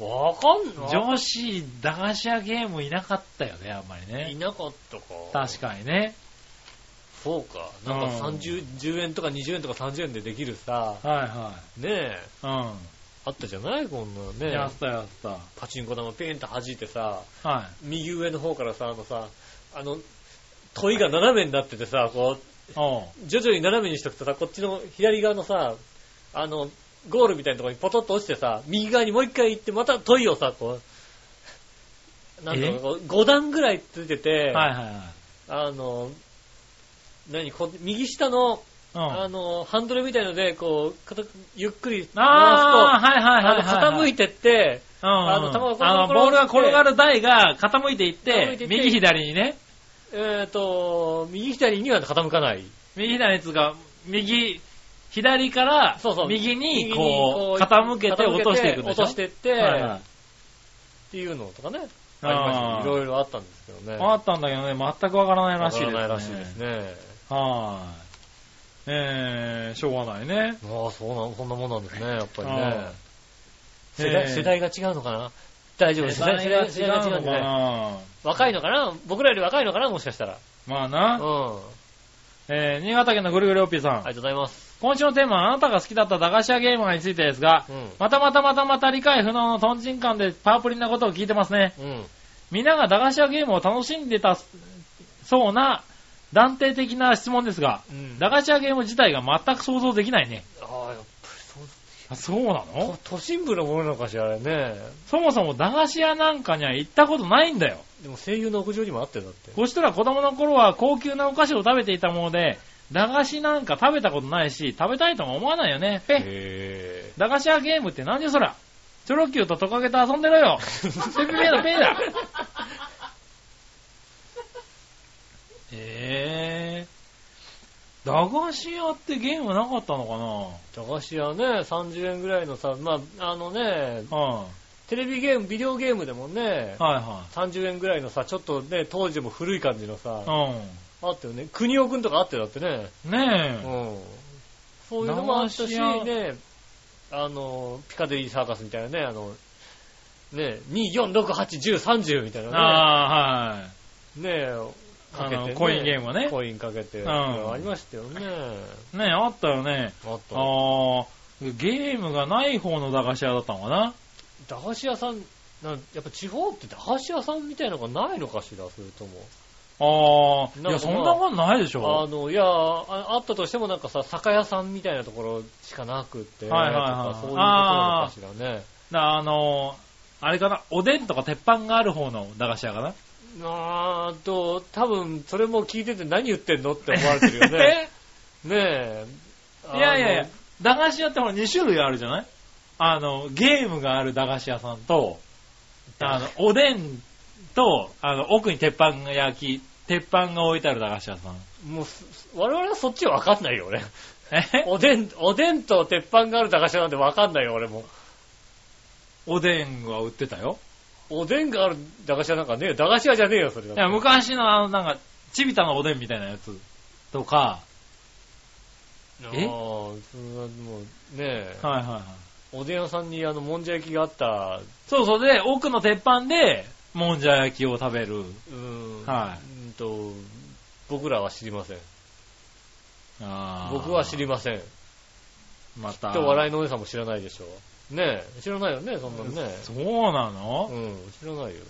わかんない。女子、駄菓子屋ゲームいなかったよね、あんまりいね。なかったか。確かにね。そうか。なんかうん30、10円とか20円とか30円でできるさ、はねえ、いはあったじゃないこんなのい。うん。ねや。ったやった。パチンコ玉ピーンと弾いてさ、は右上の方からさ、あのさ、あの、問いが斜めになっててさ、こい。おうう、徐々に斜めにしとくとさ、こっちの左側のさ、あの、ゴールみたいなところにポトッと落ちてさ、右側にもう一回行って、また問いをさ、こう、なんえかこう5段ぐらいついてて、はいはいあの、何こう右下のはい。あうん。の、ハンドルみたいので、こう、かたゆっくり回すと、ああ、あはいはいはいの、はいはい。傾いてって、うんうん、あの球があのボールが転がる台が傾いていっ傾ていていって右左にね、えっ、と、右左には傾かない。右左につうか、右、左からそうそう右に右ここうう傾けて落としていくんでし落ょとしてって、はいはいっていうのとかね。あーありましたねいろいろあったんですけどね。あったんだけどね、全くわからないらしいです、ね。わからないらしいですね。はーい。えー、しょうがないね。ああ、そうなん、そんなもんなんですね、やっぱりあねー。世え代ー世代が違うのかな大丈夫ですね。世代世代が違うんじゃないな若いのかな僕らより若いのかなもしかしたら。まあうん。あな。えー、新潟県のぐるぐるおっぴーさん。りがとうございます。今週のテーマはあなたが好きだった駄菓子屋ゲームについてですが、うん。またまたまたまた理解不能のトンチンカンでパープリンなことを聞いてますね。うん。みんなが駄菓子屋ゲームを楽しんでたそうな断定的な質問ですが、うん駄菓子屋ゲーム自体が全く想像できないね。ああ、やっあそうなぱの都都心部のものなのかしらあれね。そもそも駄菓子屋なんかには行ったことないんだよ。でも声優の屋上にもあってだって。こちとら子供の頃は高級なお菓子を食べていたもので、駄菓子なんか食べたことないし、食べたいとも思わないよね。ぺへ駄菓子屋ゲームって何でそらチョロ Q とトカゲと遊んでろよペペペだペーだえー。駄菓子屋ってゲームなかったのぇー。駄菓子屋ね、30円ぐらいのさ、まあ、あのね、かなうん。テレビゲーム、ビデオゲームでもね、は30円ぐらいのさ、ちょっとね、当時でも古い感じのいさ、はい。あったよね。国尾くんとかあってだってね。うん。ねえ。うん。そういうのもあったし、駄菓子屋ね、あの、ピカデリーサーカスみたいなね、あの、ね、2、4、6、8、10、30みたいなね。ああ、はい。ねかけて、あね。のコインゲームはねコインかけて。うんありましたよね。ねえ、あったよね。あとああ、ゲームがない方の駄菓子屋だったのかな駄菓子屋さん、なやっぱ地方って駄菓子屋さんみたいなのがないのかしら、それとも。ああ、いなんかや、そまあんなもんないでしあょ。の、いやあ、あったとしてもなんかさ、酒屋さんみたいなところしかなくって、はいはいはいとかそういうことなのかしらね。なあの、あれかな、おでんとか鉄板がある方の駄菓子屋かな。あーっと、 多分それも聞いてて何言ってんのって思われてるよね。ねえ。駄菓子屋ってほら2種類あるじゃないあの、ゲームがある駄菓子屋さんと、あの、おでんと、あの、奥に鉄板が焼き、鉄板が置いてある駄菓子屋さん。もうす、我々はそっちは分かんないよ、俺。えおでん、おでんと鉄板がある駄菓子屋なんて分かんないよ、俺も。おでんは売ってたよ。おでんがある駄菓子屋なんかねえよ。駄菓子屋じゃねえよ、それだっいて。や、昔のあの、なんか、ちびたのおでんみたいなやつとか、えああ、それはもう、ねえ、はいはいはい。おでん屋さんにあの、もんじゃ焼きがあった、そうそう、で、奥の鉄板で、もんじゃ焼きを食べる。うーん、はうーんと、僕らは知りません。あー僕は知りません。また。と笑いのお姉さんも知らないでしょ。ねえ、知らないよね、そんなのね。そうなの、うん、知らないよ、だって。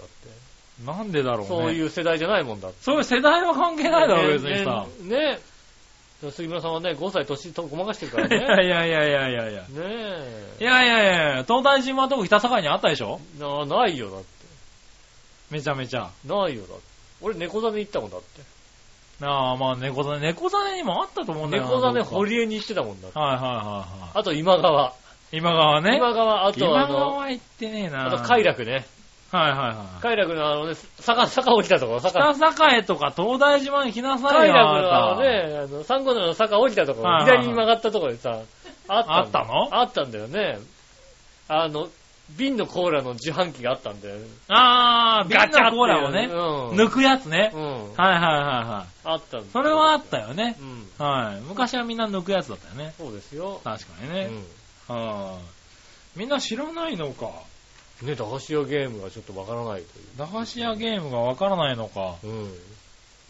なんでだろうね。。そういうう世代じゃないもんだって。そういう世代は関係ないだろ、別にさ。ねねね杉村さんはね、5歳年とごまかしてるか いらやね。いやいやいやいやいや。ねえ。いやいやいやいや、東大島のとこ北境にあったでしょなないよ、だって。めちゃめちゃ。ないよ、だって。俺、猫座で行ったもんだって。ああ、まあ猫座ね、猫座ねにもあったと思うんだよな。猫座でどっか堀江に行ってたもんだって。はいはいはいはあと、今川。い。今川ね。今川、あと、今あ川の、は行ってねえな。あと、快。楽ね。はいはいはい。快楽のあのね、坂、坂降りたところ、坂。北栄とか東大島に来なさい快よ。楽のああのなたね、あの、三号の坂降りたところ、はいはいはい左に曲がったところでさ、あったあったのあったんだよね。あの、瓶のコーラの自販機があったんだよね。あー、ビンガチャナってコーラをね、うん。抜くやつね。うん。はいはいはいはい。あったんだそれはあったよねう。ん。はい。昔はみんな抜くやつだったよね。そうですよ。確かにうね。ん。はい。みんな知らないのか。ね、駄菓子屋ゲームがちょっとわからないと駄菓子屋ゲームがわからないのか。いう。うん。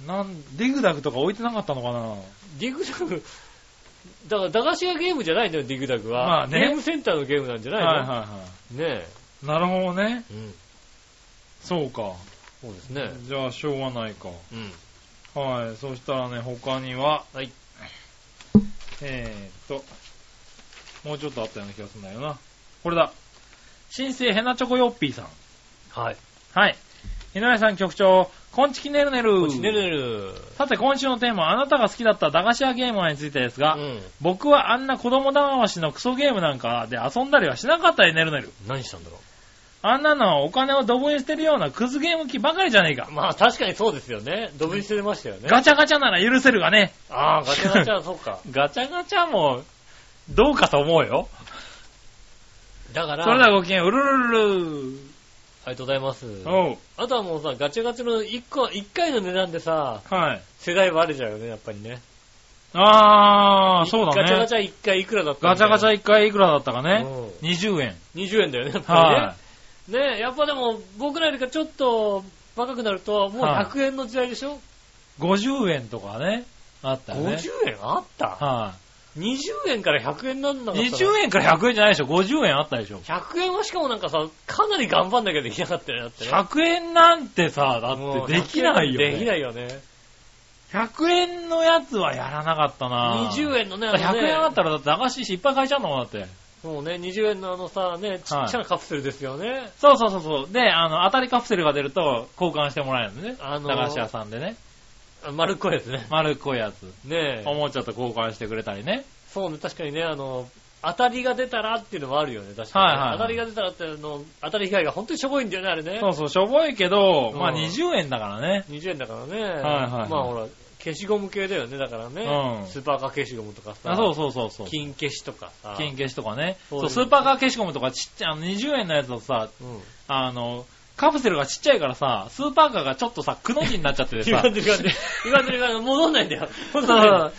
なん、ディグダグとか置いてなかったのかなディグダグ、だから駄菓子屋ゲームじゃないんだよ、ディグダグは。まあねゲームセンターのゲームなんじゃないの、はいはいはねい。なるほどね。え。うん。そうか。そうですね。じゃあ、しょうがないか。うん。はい。そしたらね、他には、はい。えーっと、もうちょっとあったような気がするんだよな。これだ。新生ヘナチョコヨッピーさん。はい。はい。井上さん局長、こんちきねるねる。こっちねるねる。さて今週のテーマ、あなたが好きだった駄菓子屋ゲームについてですが、うん。僕はあんな子供騙しのクソゲームなんかで遊んだりはしなかったでねるねる。何したんだろあんなのはお金をドブに捨てるようなクズゲーム機ばかりじゃねえかう。。まあ確かにそうですよね。ドブに捨てましたよね。ガチャガチャなら許せるがね。ああ、ガチャガチャ、そうか。ガチャガチャも、どうかと思うよ。 だから、それではごきげんよう、うるるるるありがとうございます。おう。あとはもうさ、ガチャガチャの1個、一回の値段でさ、はい。世代バレちゃうよね、やっぱりね。あー、そうだね。ガチャガチャ1回いくらだったガチャガチャャ1回いくらだったかね。20円。 20円だよね、やっはぱりね。ねやっぱでも、僕らよりかちょっと、若くなると、もうはい100円の時代でしょ、い。50円とかね。あったよね。 ?50 円あったは ?20 円から100円なんだい。20円から100円じゃないでしょ。50円あったでしょ。 100円はしかもなんかさ、かなり頑張んなきゃできなかったよね、だってね。 100円なんてさ、だもっうてできないよ、ね。できないよね。 100円のやつはやらなかったな。 20円のね、あのね100円あったらだって駄菓子いっぱい買えちゃうのだって。もうね、20円のあのさ、ね、ちっちゃなカプセルですよね。そうそうそうそう。で、あの、当たりカプセルが出ると交換してもらえるのね。あのー駄菓子屋さんでね。あ丸っこいですね。丸っこいやつ。ねおもちゃと交換してくれたりね。そうね、確かにね、あの、当たりが出たらっていうのもあるよね、確かに、はいはいはい当たりが出たらっていうの、当たり被害が本当にしょぼいんだよね、あれね。そうそう、しょぼいけど、うんまあ20円だからね。 20円だからね。はいはいまあほら、消しゴム系だよね、だからね。うんスーパーカー消しゴムとかさ。あそうそうそうそう。金消しとかさ。金消しとかね。そうそう、ですスーパーカー消しゴムとかちっちゃい、あの20円のやつをさ、うん。 あの、カプセルがちっちゃいからさ、スーパーカーがちょっとさ、くの字になっちゃってて歪 さ、んでる歪んでる。歪んでる歪んでる戻んないん だよ。戻んないんださよ。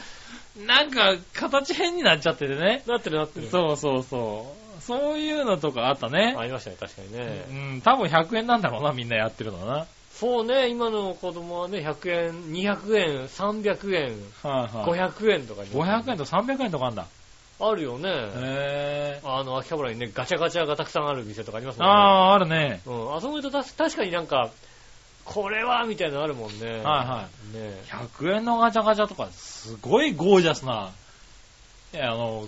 なんか形変になっちゃっててね。 なってるなってる。 そうそうそう。そういうのとかあったね。ありましたね、確かにね。うん、多分100円なんだろうな、みんなやってるのはな。はい、そうね、今の子供はね、100円、200円、300円、はい、 500円とかに500円と300円とかあんだ。あるよね。へぇあの、秋葉原にね、ガチャガチャがたくさんある店とかありますもんね。あー、あるね。うん、あそこ行くとた確かになんか、これはみたいなのあるもんね。はい。はいねえ100円のガチャガチャとか、すごいゴージャスな、いやあの、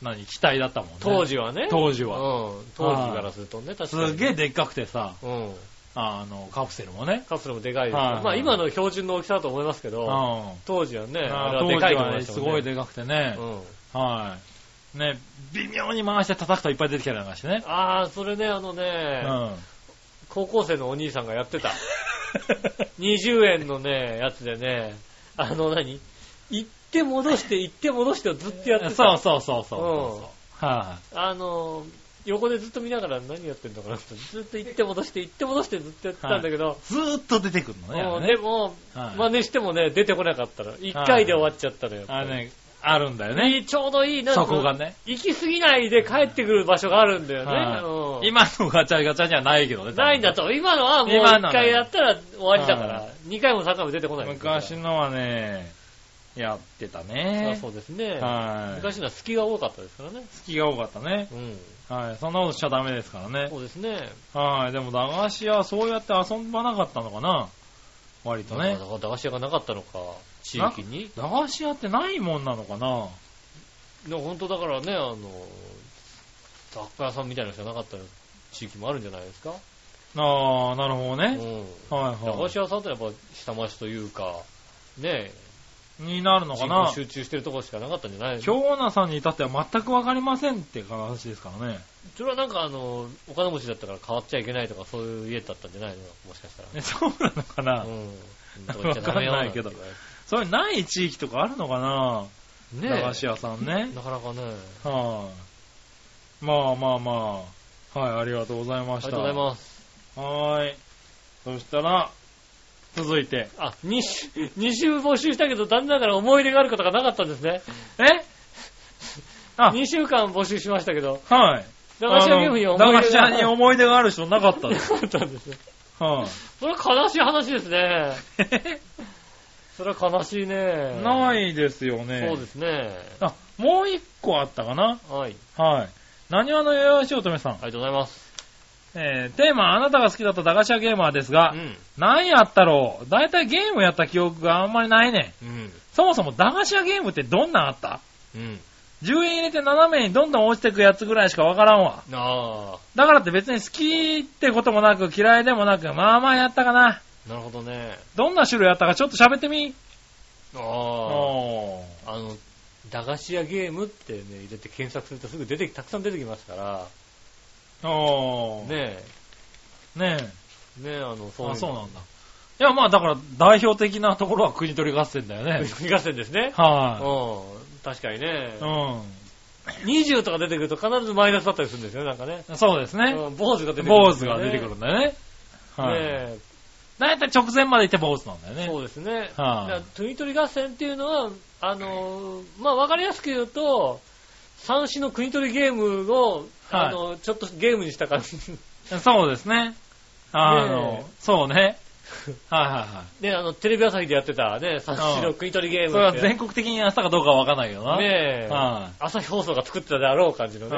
何、機体だったもんね。当。時はね。当時は。うん。当時からするとね、確かに。すげえでっかくてさ、うん。あの、カプセルもね。カプセルもでかいですよはいはいまあ今の標準の大きさだと思いますけうど、ん。当時はね、あれあはーで当かい時と思はいまねしたすもんごいね。でかくてね。うん。はい。ね、微妙に回して叩くといっぱい出てきたりなんかしてね。ああ、それね、あのうね、ん。高校生のお兄さんがやってた。20円のね、やつでね、あの何、行って戻して、行って戻してをずっとやってた。そうそうそうそうそう。はあの、横でずっと見ながら何やってんのかなって、ずっと行って戻して、行って戻してずっとやってたんだけど、い。ずーっと出てくるのねもあうれでね。も、はい真似してもね、出てこなかったら、一回で終わっちゃったのよ。あれね、あるんだよね。いいちょうどいい、なんかそこがね。行き過ぎないで帰ってくる場所があるんだよね。はうんい今のガチャガチャにはないけどね。多分ねないんだと。今のはもう今の一ね回やったら終わりだからは、二回も三回も出てこない。昔のはね、やってたあね。そうですね。はい。好昔のは隙が多かったですからね。きが多かったね。うん。はい。そんなことしちゃダメですからね。そうですね。はい。でも駄菓子屋はそうやって遊ばなかったのかな割とねだ。から駄菓子屋がなかったのか、地域に。駄菓子屋ってないもんなのかなでも本当だからね、あの、雑貨屋さんみたいな人がなかった地域もあるんじゃないですか。ああ、なるほどうん。ね。はい駄菓は子屋さんってやっぱ下町というか、ねえ、い。になるのか人口な集中してるところしかなかったんじゃない京奈さんに至っては全くわかりませんって話ですからね。それはなんかあの、お金持ちだったから変わっちゃいけないとかそういう家だったんじゃないのもしかしたら。え そうなのかな、うん。 わかんないけどねそれない地域とかあるのかな、え駄菓子屋さんね。なかなかね。はい、まあまあまあ。はい、ありがとうございあまりした。がとうございます。す。はーい。そしたら、続いて。あ、2週、2週募集したけど、残念ながら思い出があることがなかったんですね。え あ、 2週間募集しましたけど、はい。駄菓子屋ゲームに思いあの出駄が菓子屋に思い出がある人なかっ たです。なかったんですね。はい、 それは悲しい話ですね。それは悲しい ね。ないですよね。そうですね。あ、もう一個あったかなはい。はい。何話のよよしおとめさん。ありがとうございます。えー、テーマ、あなたが好きだった駄菓子屋ゲーマーですがう、ん。何やったろうだいたいゲームやった記憶があんまりないねうん。ん。そもそも駄菓子屋ゲームってどんなんあったうん。 ?10 円入れて斜めにどんどん落ちてくやつぐらいしかわからんわ。あだからって別に好きってこともなく嫌いでもなく、まあまあやったかな。あ、なるほどね。どんな種類あったかちょっと喋ってみ。あおー。あ。あの、駄菓子屋ゲームってね、入れて検索するとすぐ出てき、たくさん出てきますから、おー。ねねねえ。え、ねえ、あの、そういあ、う。そうなんだ。いや、まあだから代表的なところは国取り合戦だよね。 国合戦 ですね。はうん。確かにねい、。うん。 20とか出てくると必ずマイナスだったりするんですよね、なんかね。そうですね。うん坊主が出てくる、坊主が出てくるんだよね。はい、ねだいたい直前まで行って坊主なんだよえね。そうですね。はいだからトゥイトリ合戦っていうのは、あのー、まあ、わかりやすく言うと、三種の国取りゲームを、あの、ちょっとゲームにした感じ。そうですね。あの、ねえそうね。はいはいはい。ね、あの、テレビ朝日でやってたね、三種の国取りゲームそれはって全国的にやったかどうかはわかんないけどな。ねえ、は朝日放送が作ってたであろう感じのい、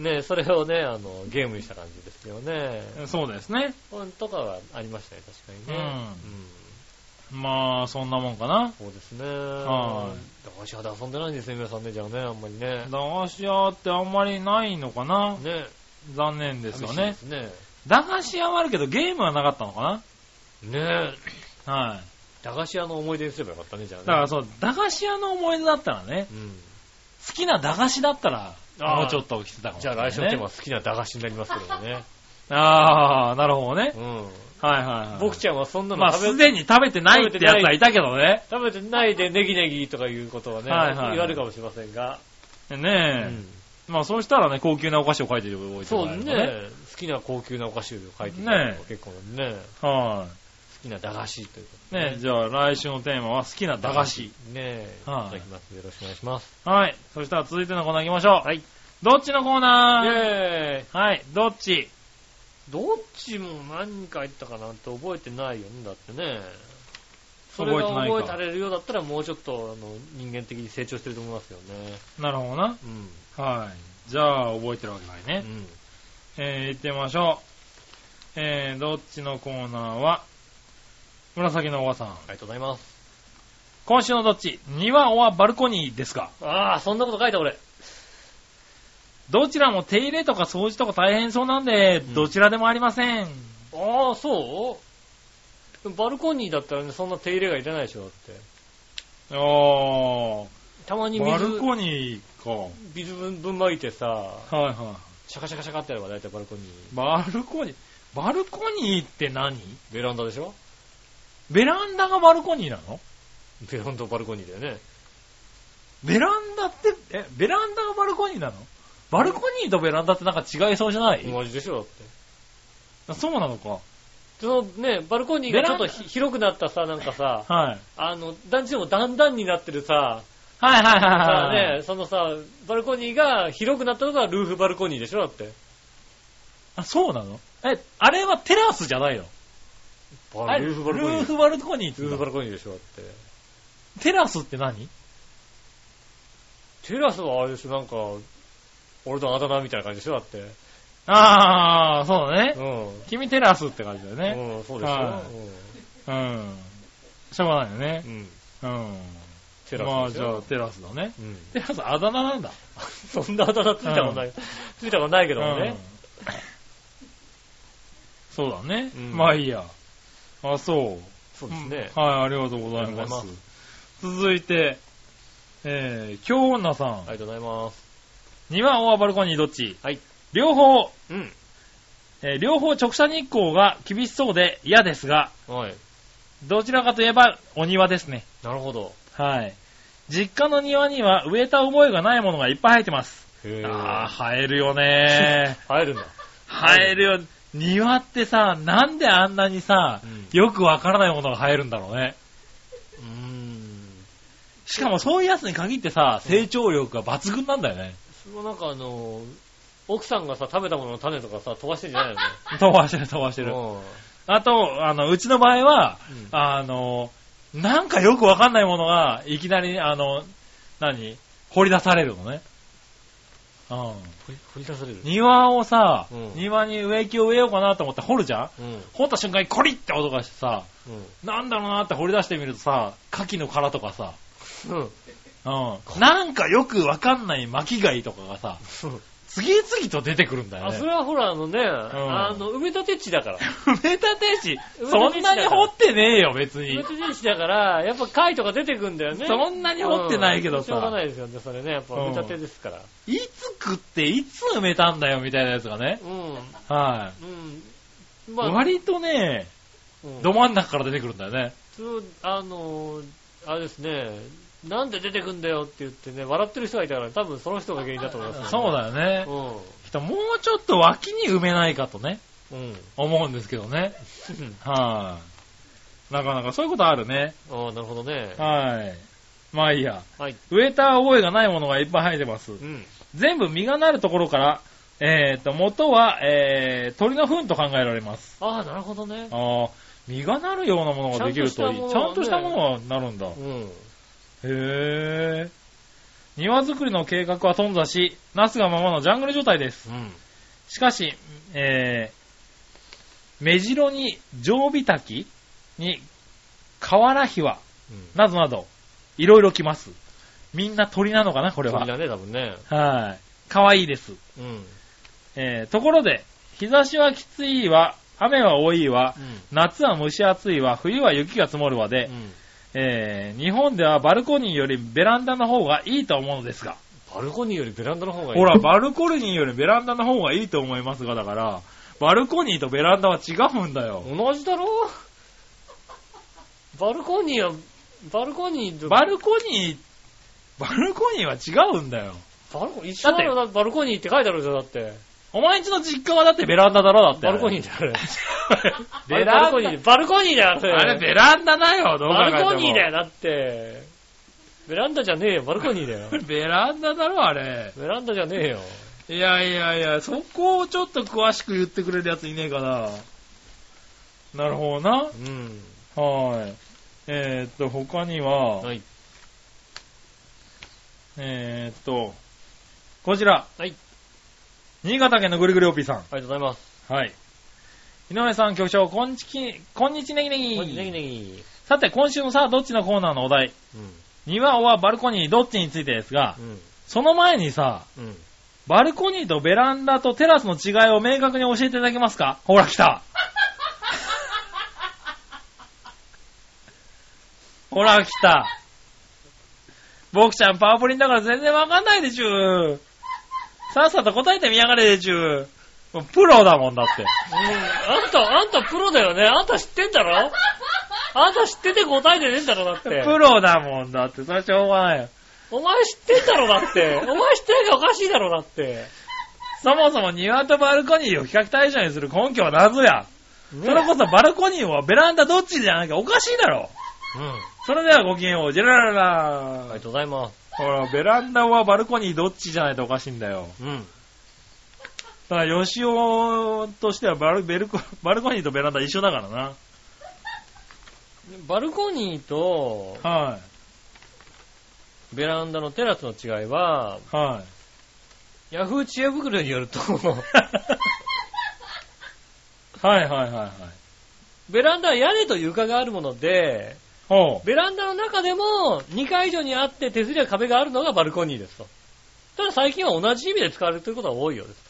ね。ねそれをね、あの、ゲームにした感じですよね。うん。そうですね。うん、とかはありましたね、確かにね。うんうんまあ、そんなもんかな。そうですね。は駄菓子屋で遊んでないんですね、皆さんね、じゃあね、あんまりね。駄菓子屋ってあんまりないのかな。ね。残念ですよ寂しいでね。すね。駄菓子屋はあるけどゲームはなかったのかねな。はい。駄菓子屋の思い出にすればよかったね、じゃあね。だからそう、駄菓子屋の思い出だったらね、うん。好きな駄菓子だったら、あーもうちょっと来てたかもしじゃれあない、来ね。週のテーマは好きな駄菓子になりますけどもね。ああ、なるほどねう。ん。はいはいはい。僕ちゃんはそんなのまあ、食べ、すでに食べてないってやつはいたけどね。食べてないでネギネギとかいうことはね、はいはい言われるかもしれませんが。ねえ。まあ、そうしたらね、高級なお菓子を書いて覚えてもらえるそうとね。好きな高級なお菓子を書いてるのねも結構ね、は好きな駄菓子ということい。でねえ、じゃあ来週のテーマは好きな駄菓子。。ねえ。いはいただきます。よろしくお願いします。はい。そしたら続いてのコーナー行きましょう。はい。どっちのコーイナーェーイはい、どっちどっちも何か言ったかなんて覚えてないよね、だってね。それ覚がえてない覚えらか。れるようだったらもうちょっとあの人間的に成長してると思いますよね。なるほどな。うん。はい。じゃあ、覚えてるわけないうね。ん。えー、行ってみましょう。えー、どっちのコーナーは、紫のおばさん。ありがとうございます。今週のどっち庭はバルコニーですかああ、そんなこと書いた俺。どちらも手入れとか掃除とか大変そうなんで、んどちらでもありません。ああ、そうバルコニーだったらね、そんな手入れがいらないでしょ、だって。あー、たまに水、バルコニーか。は水分ぶんまいてさ、いはシャカシャカシャカってやれば大体バルコニー。い。バルコニー、バルコニーって何ベランダでしょベランダがバルコニーなのベランダバルコニーだよね。ベランダって、え、ベランダがバルコニーなのバルコニーとベランダってなんか違いそうじゃない、同じでしょだって。そうなのか。そのね、バルコニーがちょっとひ広くなったさ、なんかさ、はい。あの、団地でも段々になってるさ、はいはいさはいはい。ね、そのさ、バルコニーが広くなったのがルーフバルコニーでしょだって。あ、そうなのえ、あれはテラスじゃないのあれルールーフバルコニーってフ言うんバだルコニーでしょだって。テラスって何テラスはあれでしょなんか、俺のあだ名みたいな感じでしょだって。うああ、そうだね。ん。君テラスって感じだよね。うん、そうでしはょいうん。しょうがないよねう。ん。うんうん。テまラあスでじしょ。ゃあテラスだね。うん。テラスあだ名なんだ。そんなあだ名ついたことない。ついたことないけどもね。うんそうだね。うんまあいいや。あ、そう。そうですね。うんはい、ありがとうございありがとうございます。ま続いて、えー、京女さん。ありがとうございます。 2番はバルコニーどっちはい。両方、うん。えー両方直射日光が厳しそうで嫌ですが、はい。どちらかといえばお庭ですね。なるほど。はい。実家の庭には植えた覚えがないものがいっぱい生えてます。へああ、生える よね入るんだ。生えるよ。庭ってさ、なんであんなにさ、うんよくわからないものが生えるんだろうね。うーん。しかもそういうやつに限ってさ、成長力が抜群なんだよね。それもなんかあの、奥さんがさ、食べたものの種とかさ、飛ばしてんじゃないのね。 飛ばしてる飛ばしてる。うあと、あの、うちの場合は、んあの、なんかよくわかんないものが、いきなり、あの、何掘り出されるのね。うん。振り振り出される。庭をさ、うん庭に植木を植えようかなと思って掘るじゃんうん。うん。掘った瞬間にコリって音がしてさ、なんだろうなって掘り出してみるとさ、牡蠣の殻とかさ、うん。うん。なんかよくわかんない巻貝とかがさ、次々と出てくるんだよあ、そね。れはほら、あのね、あの、埋め立て地だから。埋め立て地、 埋め立て地だからそんなに掘ってねえよ、別埋めに。立て地だから、やっぱ貝とか出てくんだよね。そんなに掘ってないけどうんしょうがさ、ないですよね、それね。やっぱ埋め立てですから。いつ食っていつ埋めたんだよ、みたいなやつがね。うん。はうん。い。割とね、うんど真ん中から出てくるんだよね。普通、あのー、あれですね、なんで出てくんだよって言ってね、笑ってる人がいたから、多分その人が原因だと思います、そうだよね。よ。きっともうちょっと脇に埋めないかとね、うん。うん。思うんですけどね。はい。なかなかそういうことあるね。ああ、なるほどね。はい。まあいいや。はい。植えた覚えがないものがいっぱい生えてます。うん。全部実がなるところから、えーと、元は、えー、鳥の糞と考えられます。ああ、なるほどね。ああ、実がなるようなものができるといい。ちちゃゃんんととししたたももののがなるんだ。へうん。え。庭作りの計画は頓挫し、ナスがままのジャングル状態です。うん。しかし、えー、目白に常備滝に河原ひわうん。などなど、いろいろ来ます。みんな鳥なのかな、これは。鳥だね、多分ね。はい。かわいいです。うん。うん。えー、ところで、日差しはきついわ、雨は多いわ、夏は蒸し暑いわ、冬は雪が積もるわで、うんえー、日本ではバルコニーよりベランダの方がいいと思うのですが、バルコニーよりベランダの方がいい。ほら、バルコニーよりベランダの方がいいと思いますが、だから、バルコニーとベランダは違うんだよ。同じだろバルコニーは、バルコニーと、バルコニー、バルコニーは違うんだよ。バルコニー、一緒だろ、だってバルコニーって書いてあるじゃん、だって。お前んちの実家はだってベランダだろだって。バルコニーだよ、あれ。ーあ ベれラバルンコダニ。ー、バルコニーだよ、あれ。あれベランダだよ、どう考バえてもルコニーだよ、だって。ベランダじゃねえよ、バルコニーだよ。ベランダだろ、あれ。ベランダじゃねえよ。いやいやいや、そこをちょっと詳しく言ってくれるやついねえかな。なるほどうな。ん。はい。えー、っと、他には、はい。えー、っと、こちら。はい。新潟県のぐるぐるおぴーさありがとうございます。ん。はい。井上さん、局長、こんちき、こんにちねぎねぎ。ネギネギ。さて、今週のさあ、どっちのコーナーのお題。う庭はバルコニー、どっちについてですが、ん。その前にさ、うん。うん。バルコニーとベランダとテラスの違いを明確に教えていただけますかほら、来 た。ほら、来た。ボクちゃん、パワーポリンだから全然わかんないでちゅー。さっさと答えてみやがれでちゅー。もうプロだもんだって。あんた、あんたプロだよね。あんた知ってんだろあんた知ってて答えてねえんだろ、だって。プロだもんだって、それはしょうがないよ。お前知ってんだろ、だって。お前知ってなきゃおかしいだろ、だって。そもそも庭とバルコニーを比較対象にする根拠は謎や。それこそバルコニーはベランダどっちじゃなきゃおかしいだろ。うん。それではごきげんよう、ジェラララありがとうございます。ほら、ベランダはバルコニーどっちじゃないとおかしいんだよ。うん。ただ、ヨシオとしてはバルベルコバルコニーとベランダ一緒だからな。バルコニーとはベランダのテラスの違いは、い。はい。ヤフー知恵袋によ ると、はいはいはいはい。ベランダは屋根と床があるもので、ほう。ベランダの中でも2階以上にあって手すりや壁があるのがバルコニーですと。ただ最近は同じ意味で使われていることが多いようです。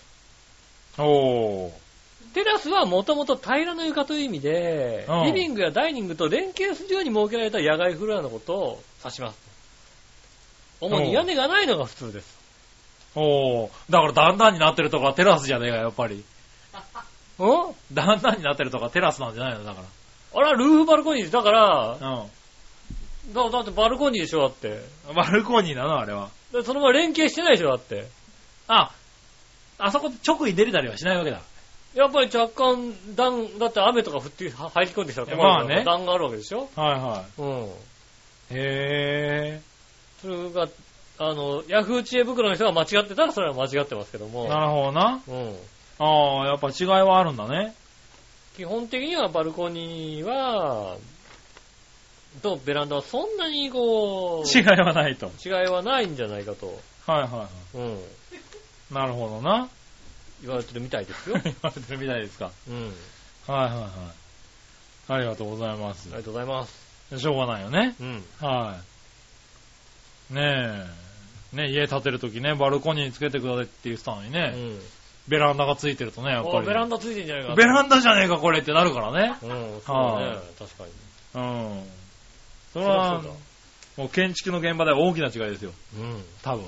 ほう。テラスはもともと平らの床という意味でうん、リビングやダイニングと連携するように設けられた野外フロアのことを指します。主に屋根がないのが普通です。ほう。だから段々になってるとかテラスじゃねえか、やっぱり。うん段々になってるとかテラスなんじゃないのだかあら、ルーフバルコニーですだから、ら。うだだってバルコニーでしょ、だって。ん。バルコニーなのあれは。でそのまま連携してないでしょ、だって。あ、あそこ直に出れたりはしないわけだ。やっぱり若干、段、だって雨とか降っては入り込んできたら困るから、まあね段があるわけでしょはいはうん。い。へそれが、あの、ヤフー知恵袋の人が間違ってたらそれは間違ってますけどえ。も。なるほどな。うん。ああ、やっぱ違いはあるんだね。基本的にはバルコニーは、とベランダはそんなにこう、違いはないと。違いはないんじゃないかと、はいはいはうん、い。なるほどな。言われてるみたいですよ言。われてるみたいですか。うん。はいはいはい。ありがとうございますあり。がとうございます。しょうがないよね。うん。はい。ねえ。ね家建てるときね、バルコニーにつけてくださいって言ってたのにうね、ん。ベランダがついてるとね、やっぱあり。ベランダついてんじゃないかなベランダじゃねえかこれってなるからね。うん、そうだねは。確かに。うん。そそれりゃはそうだ。もう建築の現場では大きな違いですよ。うん。多分。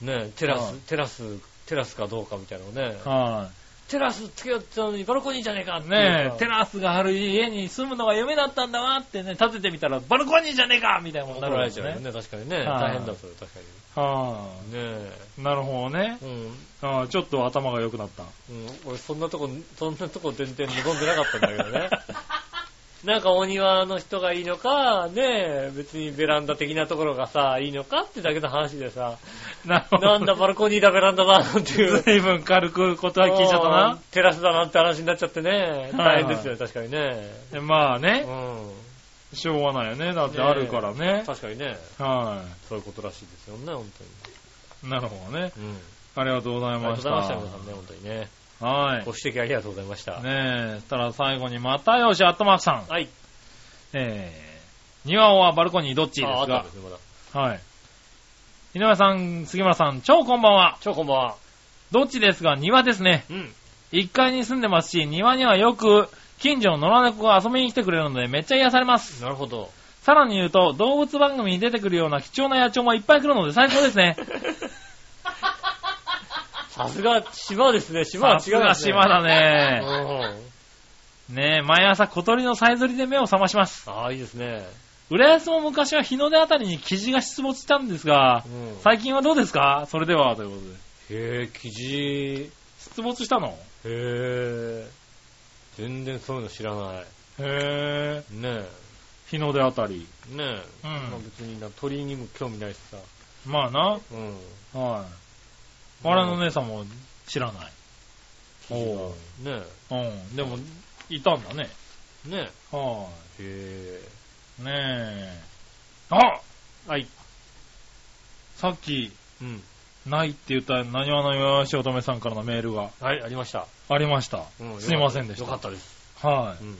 ねえテラうスん、テラス、テラスかどうかみたいなのね。はテラスつけようって言ったのにバルコニーじゃねえかっていい。うねさえ、テラスがある家に住むのが夢だったんだわってね、建ててみたら、バルコニーじゃねえかみたいなもん怒なるらわれけちでゃうよすね。ね、確かにね。はい大変だ、それ、確かはに。ねえ。い。なるほどね。うん。ああ、ちょっと頭が良くなった。うん、俺そんなとこ、そんなとこ全然望んでなかったんだけど ね。なんかお庭の人がいいのか、ねえ、別にベランダ的なところがさ、いいのかってだけの話で さ、 なるほど。なんだバルコニーだベランダだなんて いう。随分軽くことは聞いちゃったうんな。テラスだなんて話になっちゃってね。は大い変ですよね、確かにね。でまあうね、ん。しょうがないよね。だってあるからね。確かにね、はそういうことらしいですよね、本い。なるほどね。当に。うん。ありがとうござあいりがとうまござした。いました、皆さんね、本当にね。はいご。指摘ありがとうございました。ねえ、そしたら最後に、またよし、あっとまくさん。はい。えー、庭はバルコニーどっちであ、あっすたんがです。ね、まだ。はい。井上さん、杉村さん、超こんばんは。超こんばんは。どっちですが、庭ですね。うん。 1階に住んでますし、庭にはよく、近所の野良猫が遊びに来てくれるので、めっちゃ癒されます。なるほど。さらに言うと、動物番組に出てくるような貴重な野鳥もいっぱい来るので最高です ね。 さすが島ですね、島はさ違すう、ね。が島だね。うん。ねえ、毎朝小鳥のさえずりで目を覚まします。ああ、いいですね。浦安も昔は日の出あたりにキジが出没したんですがう、ん。最近はどうですかそれでは、ということで。へえ、キジ。出没したのへえ。全然そういうの知らない。へえ。ね日の出あたり。え。ねえ。うんまあ別にな、鳥にも興味ないしさ。まあな。うん。はい。うん我の姉さんも知らない。おうねうん。でも、いたんだね。え。ねはえ。へえ。い。ねえ。あはい。さっき、うん。ないって言った、何わのよしおとめさんからのメールがはい、ありました。ありました。うんすいませんでしたよかったです。はうい。ん。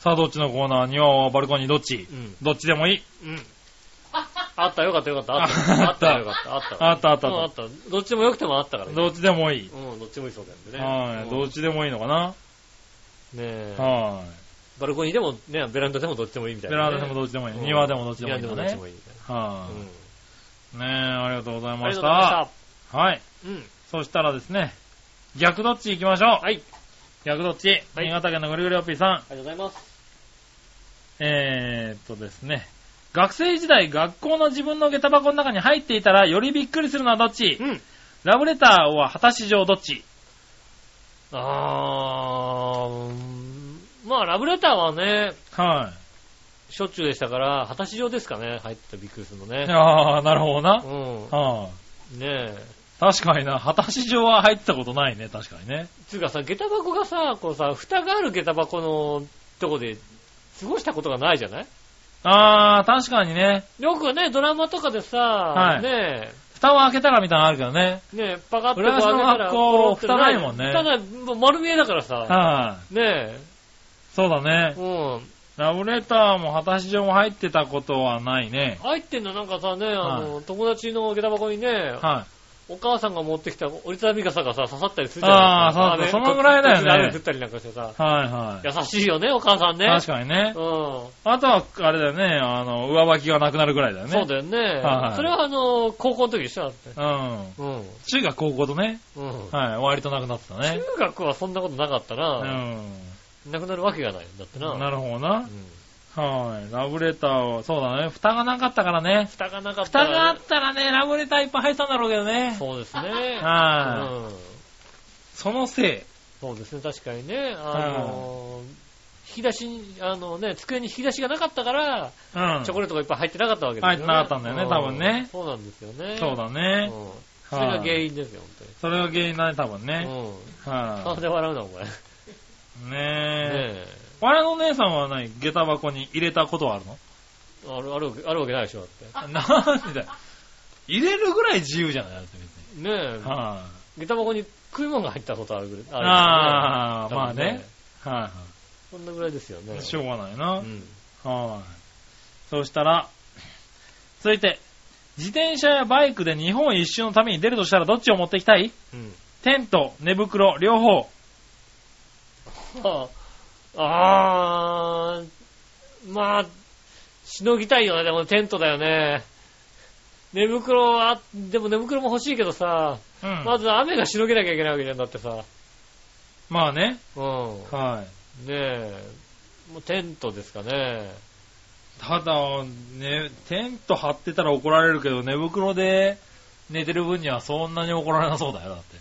さあ、どっちのコーナー庭はバルコニーどっちうん。どっちでもいい。 うん。あった、よかった、よかった。あった、 ああった、よかった。あった。あったあったうんああっった。どっちでもよくてもあったからた。ね。どっちでもいい。うん、どっちもいいそうだよね。はい。どうんっちでもいいのかなねえ。はバルコニーでもね、ベランダでもどっちでもいいみい。たいベなね、ランダでもどっちでもいい。うん庭でもどっちでもいい庭のでもどっちねで。もいいみたいはな。い。うんねえ、ありがとうございあまりがとうごし。ざいましたた。はい。うん。そしたらですね、逆どっち行きましょう。はい。逆どっち。はい新潟県のぐるぐるおっぴーさん。ありがとうございます。えーっとですね、学生時代学校の自分の下駄箱の中に入っていたらよりびっくりするのはどっちうん。ラブレターは果たし状どっちあーうん、まあ、ラブレターはね、はしょっちゅうでしたから、果たし状ですかね、入ってたびっくりするのい。ね。ああ、なるほどうな。はん。あ、ねえ。確かにな、果たし状は入ったことないね、確かにね。つうかさ、下駄箱がさ、こうさ、蓋がある下駄箱のとこで過ごしたことがないじゃないああ、確かにね、よくね、ドラマとかでさ、いね蓋を開けたらみたいなのあるけどね。え、ねえ、パカッと浦安の開けたら学校ポロッと蓋ないもんね蓋ない、もう丸見えだからはさ、い、ねそうだえ、ね。うん。ラブレターも果たし状も入ってたことはないね。入ってんのなんかさ、ねあの、友達の下駄箱にね、はお母さんが持ってきた折りたたみ傘がさ、刺さったりするじゃなあいーですか。そうそねうそのぐらいだよこっねちで雨降ったりなんかしてさい。、はいはい。優しいよね、お母さんね。確かにね。うん。あとは、あれだよね、あの、上履きがなくなるぐらいだよね。そうだよね。はいそれはあの、高校の時でしょだって。ううん。ん。中学高校とね、うん。はい、割となくなってたね。中学はそんなことなかったうな。ん。なくなるわけがない。だってな。なるほどなう。ん。はい。ラブレターは、そうだね。蓋がなかったからね。蓋がなかったら蓋があったらね、ラブレターいっぱい入ってたんだろうけどね。そうですね。うはい。ん。そのせそうですね、確かにね。あの、引き出しに、あのね、机に引き出しがなかったから、い。うん。チョコレートがいっぱい入ってなかったわけですよね。入ってなかったんだよねう多分ねそうなんですよね。そうだうんね。それが原因ですよ、それが原因だね、多分本当ね。に。うん。は顔で笑うな、お前。ねい。ねえ。え。我の姉さんは何下駄箱に入れたことはあるのある、あるわけ、あるわけないでしょ、だって。なんで入れるぐらい自由じゃないだって別に。ねえ。は下駄箱に食い物が入ったことあるぐらい。い。ああるあ、よまあ多分ね。。はそんなぐらいですよね。い。しょうがないな。うん。はい。そうしたら、続いて、自転車やバイクで日本一周のために出るとしたらどっちを持っていきたいうん。テント、寝袋、両方。ああー、まあ、しのぎたいよね、でもテントだよね。寝袋は、でも寝袋も欲しいけどさ、うんまず雨がしのげなきゃいけないわけじゃんだってさ。まあね。うん。はねい。え。もうテントですかね。ただ、ね、テント張ってたら怒られるけど、寝袋で寝てる分にはそんなに怒られなそうだよ、だって。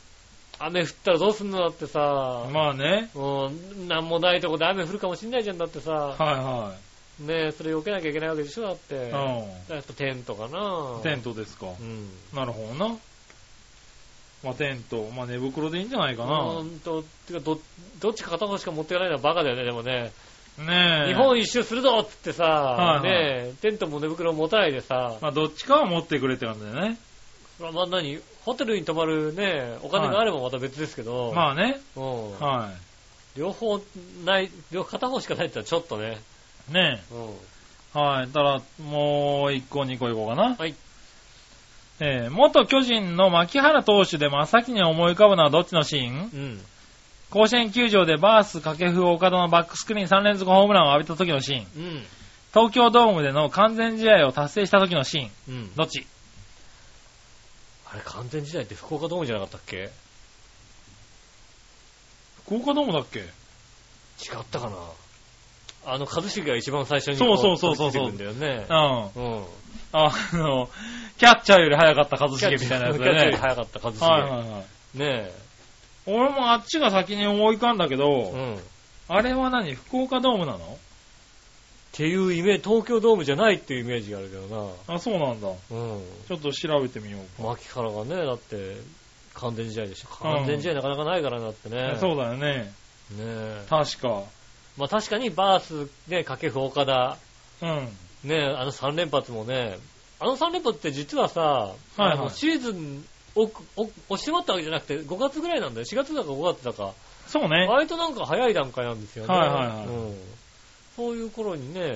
雨降ったらどうすんのだってさ。まあね。うん、なんもないとこで雨降るかもしんないじゃんだってさ。はねえ、それ避けなきゃいけないわけでしょだって。いだかはい。らやっぱテントかなうん。。テントですか。うん。なるほどな。まあテント、まあ寝袋でいいんじゃないかうな。ーんと、てかど、どっちか片方しか持っていかないのはバカだよね、でもね。ねえ。日本一周するぞっつってさ、はいはいねえ、テントも寝袋も持たないでさ、まあどっちかは持ってくれって感じだよね。まあ、何、ホテルに泊まるね、お金があればまた別ですけど、まあね。うんは両方ない、両片方しかないってのはちょっとね。い。ねうん。え。はい。たら、もう一個二個いこうかな。はい。えー、元巨人の牧原投手で真っ先に思い浮かぶのはどっちのシーンうん。甲子園球場でバース、掛布、岡田のバックスクリーン3連続ホームランを浴びた時のシーン。うん。東京ドームでの完全試合を達成した時のシーン。うん。どっちあれ、完全時代って福岡ドームじゃなかったっけ福岡ドームだっけ違ったかなあの、一茂が一番最初にそこうそうそうそうそ飛うびついてくんだよねうん。。あうん。の、キャッチャーより早かった一キャッ茂チみみたたいいななややつだよつだよね。ね。早かった、一茂。はいはいはい。ね俺もあっちが先に思い浮かんだけえ。ど、うん。っあれは何福岡ドームなのていうイメージ、東京ドームじゃないっていうイメージがあるけどあ、そうなんだ。な。うん。ちょっと調べてみようか。牧原がね、だって、完全試合でしょ。うん完全試合なかなかないからなってね。そうだよね。ねえ。確か。まあ確かにバース、ね、掛布岡田、うん。ねえ、あの3連発もね、あの3連発って実はさ、いはいあのシーズン、お、お、押しまったわけじゃなくて、5月ぐらいなんだよ。4月だか5月だか。そうね。割となんか早い段階なんですよね。はいはいはいうん、そういう頃にね、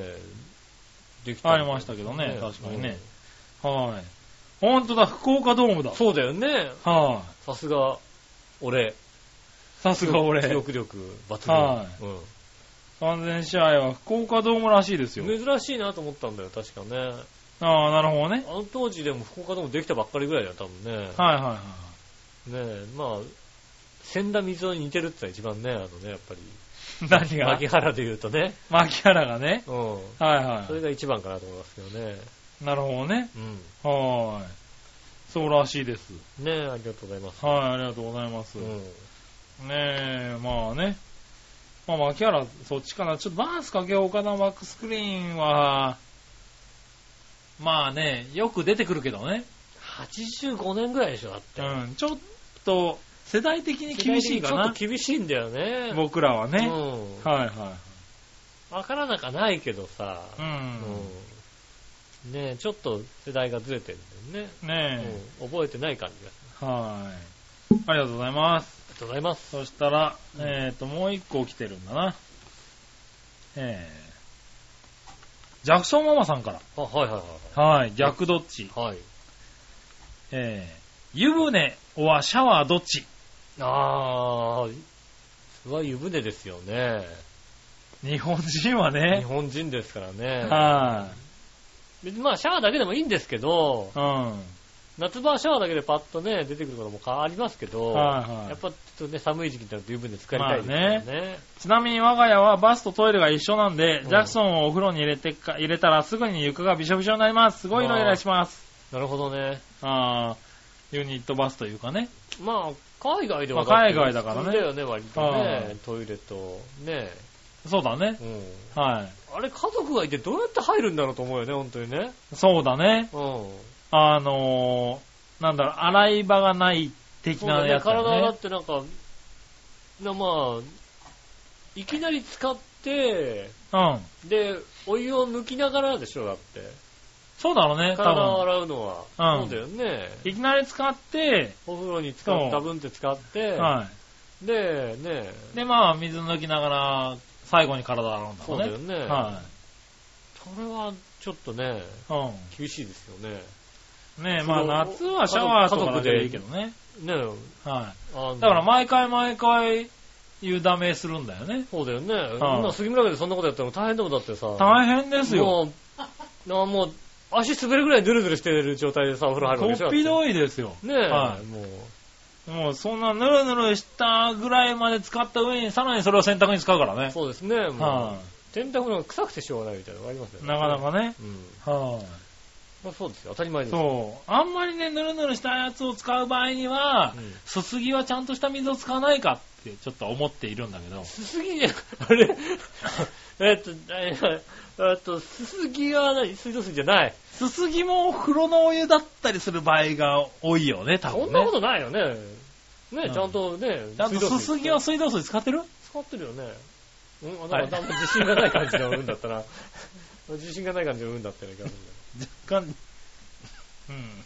できありましたけどね確かにね。うんはい。ほんとだ、福岡ドームだ。そうだよね。はさすが、俺。い。さすが俺記。憶力抜群。は完全試合は福岡ドームらしいですうよ。ん珍しいなと思ったんだよ、確かね。ああ、なるほどね。あの当時でも福岡でもできたばっかりぐらいだよ、多分ね。はいはいはい。ねえ、まあ、千田水尾に似てるってのは一番ね、あのね、やっぱり。 何が牧原で言うとね。牧原がね。うん。はいはそれが一番かなと思いますけどね。い。なるほどね。うん。はーい。そうらしいです。ねえ、ありがとうございます。はい、ありがとうございます。うん。ねえ、まあね。まあ、牧原、そっちかな。ちょっとバースかけ岡田バックスクリーンは、まあね、よく出てくるけどね。 85年ぐらいでしょ、だって。うん、ちょっと、世代的に厳しいかちょなっ。と厳しいんだよね。僕らはね。うん。はいはわからなかないけどさ。い。う。うんんねえ、ちょっと世代がずれてるんだよね。ねえ。うん。覚えてない感じが。はい。ありがとうございます。ありがとうございます。そしたら、うんえっ、と、もう一個来てるんだな。えー、ジャクソンママさんかあ、はいはいら。はい、逆どっちはい。はい。えー、湯船はシャワーどっちあー、うわ、湯船ですよね。日本人は日ね、本人ですからね。は別にまあ、シャワーだけでもいいんですけど、い、うん。はい夏場はシャワーだけでパッとね、出てくることも変わりますけど、はやっい。ぱちょっとね、寒い時期になると湯船浸かりたいですからね。ちなみに我が家はバスとトイレが一緒なんで、うんジャクソンをお風呂に入れてか、入れたらすぐに床がびしょびしょになります。すごいイライラします。なるほどね。あー、ユニットバスというかね。まあ、海外ではまあって海外だからね普通だよね、割とはねい。トイレと、ね。そうだね。うん。はい。あれ、家族がいてどうやって入るんだろうと思うよね、本当にね。そうだね。うん。あのー、なんだろう、洗い場がない的そうだなねやつだ体だよっね。てなんか、なまあ、いきなり使って、うん。で、お湯を抜きながらでしょ、だって。そうだろうね、多体を分。洗うのは。うそんうだよね。いきなり使って、お風呂に使そうう、ダブンって使って、はで、ね、い。で、まあ、水抜きながら、最後に体洗うんだろそううね。だよね。はそれはちょっとね、い。厳しいですよね。うん。ねえ、まあ、その夏はシャワーとかだけでいいけどね。ねはあのい。だから、毎回毎回、湯だめするんだよね。そうだよね。今、杉村家でそんなことやったら大変だもんだってさ。大変ですよ。もう、なもう、足滑るぐらいぬるぬるしてる状態でさ、お風呂入るわけでしょとっぴどいですよ。ねえ、はいもう、もう、そんなぬるぬるしたぐらいまで使った上に、さらにそれを洗濯に使うからね。そうですね、もはう、洗濯の臭くてしょうがないみたいなのがありますよい。ね。なかな。かね。うん。はい、まあ、そうですよ、当たり前ですよ。そう。あんまりね、ぬるぬるしたやつを使う場合には、うんすすぎはちゃんとした水を使わないかってちょっと思っているんだけど。すすぎね、あれ、 えっと、えっと、すすぎは何水道水じゃない。すすぎも風呂のお湯だったりする場合が多いよね、多分ね。そんなことないよね。ねう、んちゃんとね、ちゃんとすすぎは水道水使ってる使ってるよね。うん、あ、はだいから、ん自信がない感じの運だったら、 自信がない感じの運だったらいいかもし若干。うん。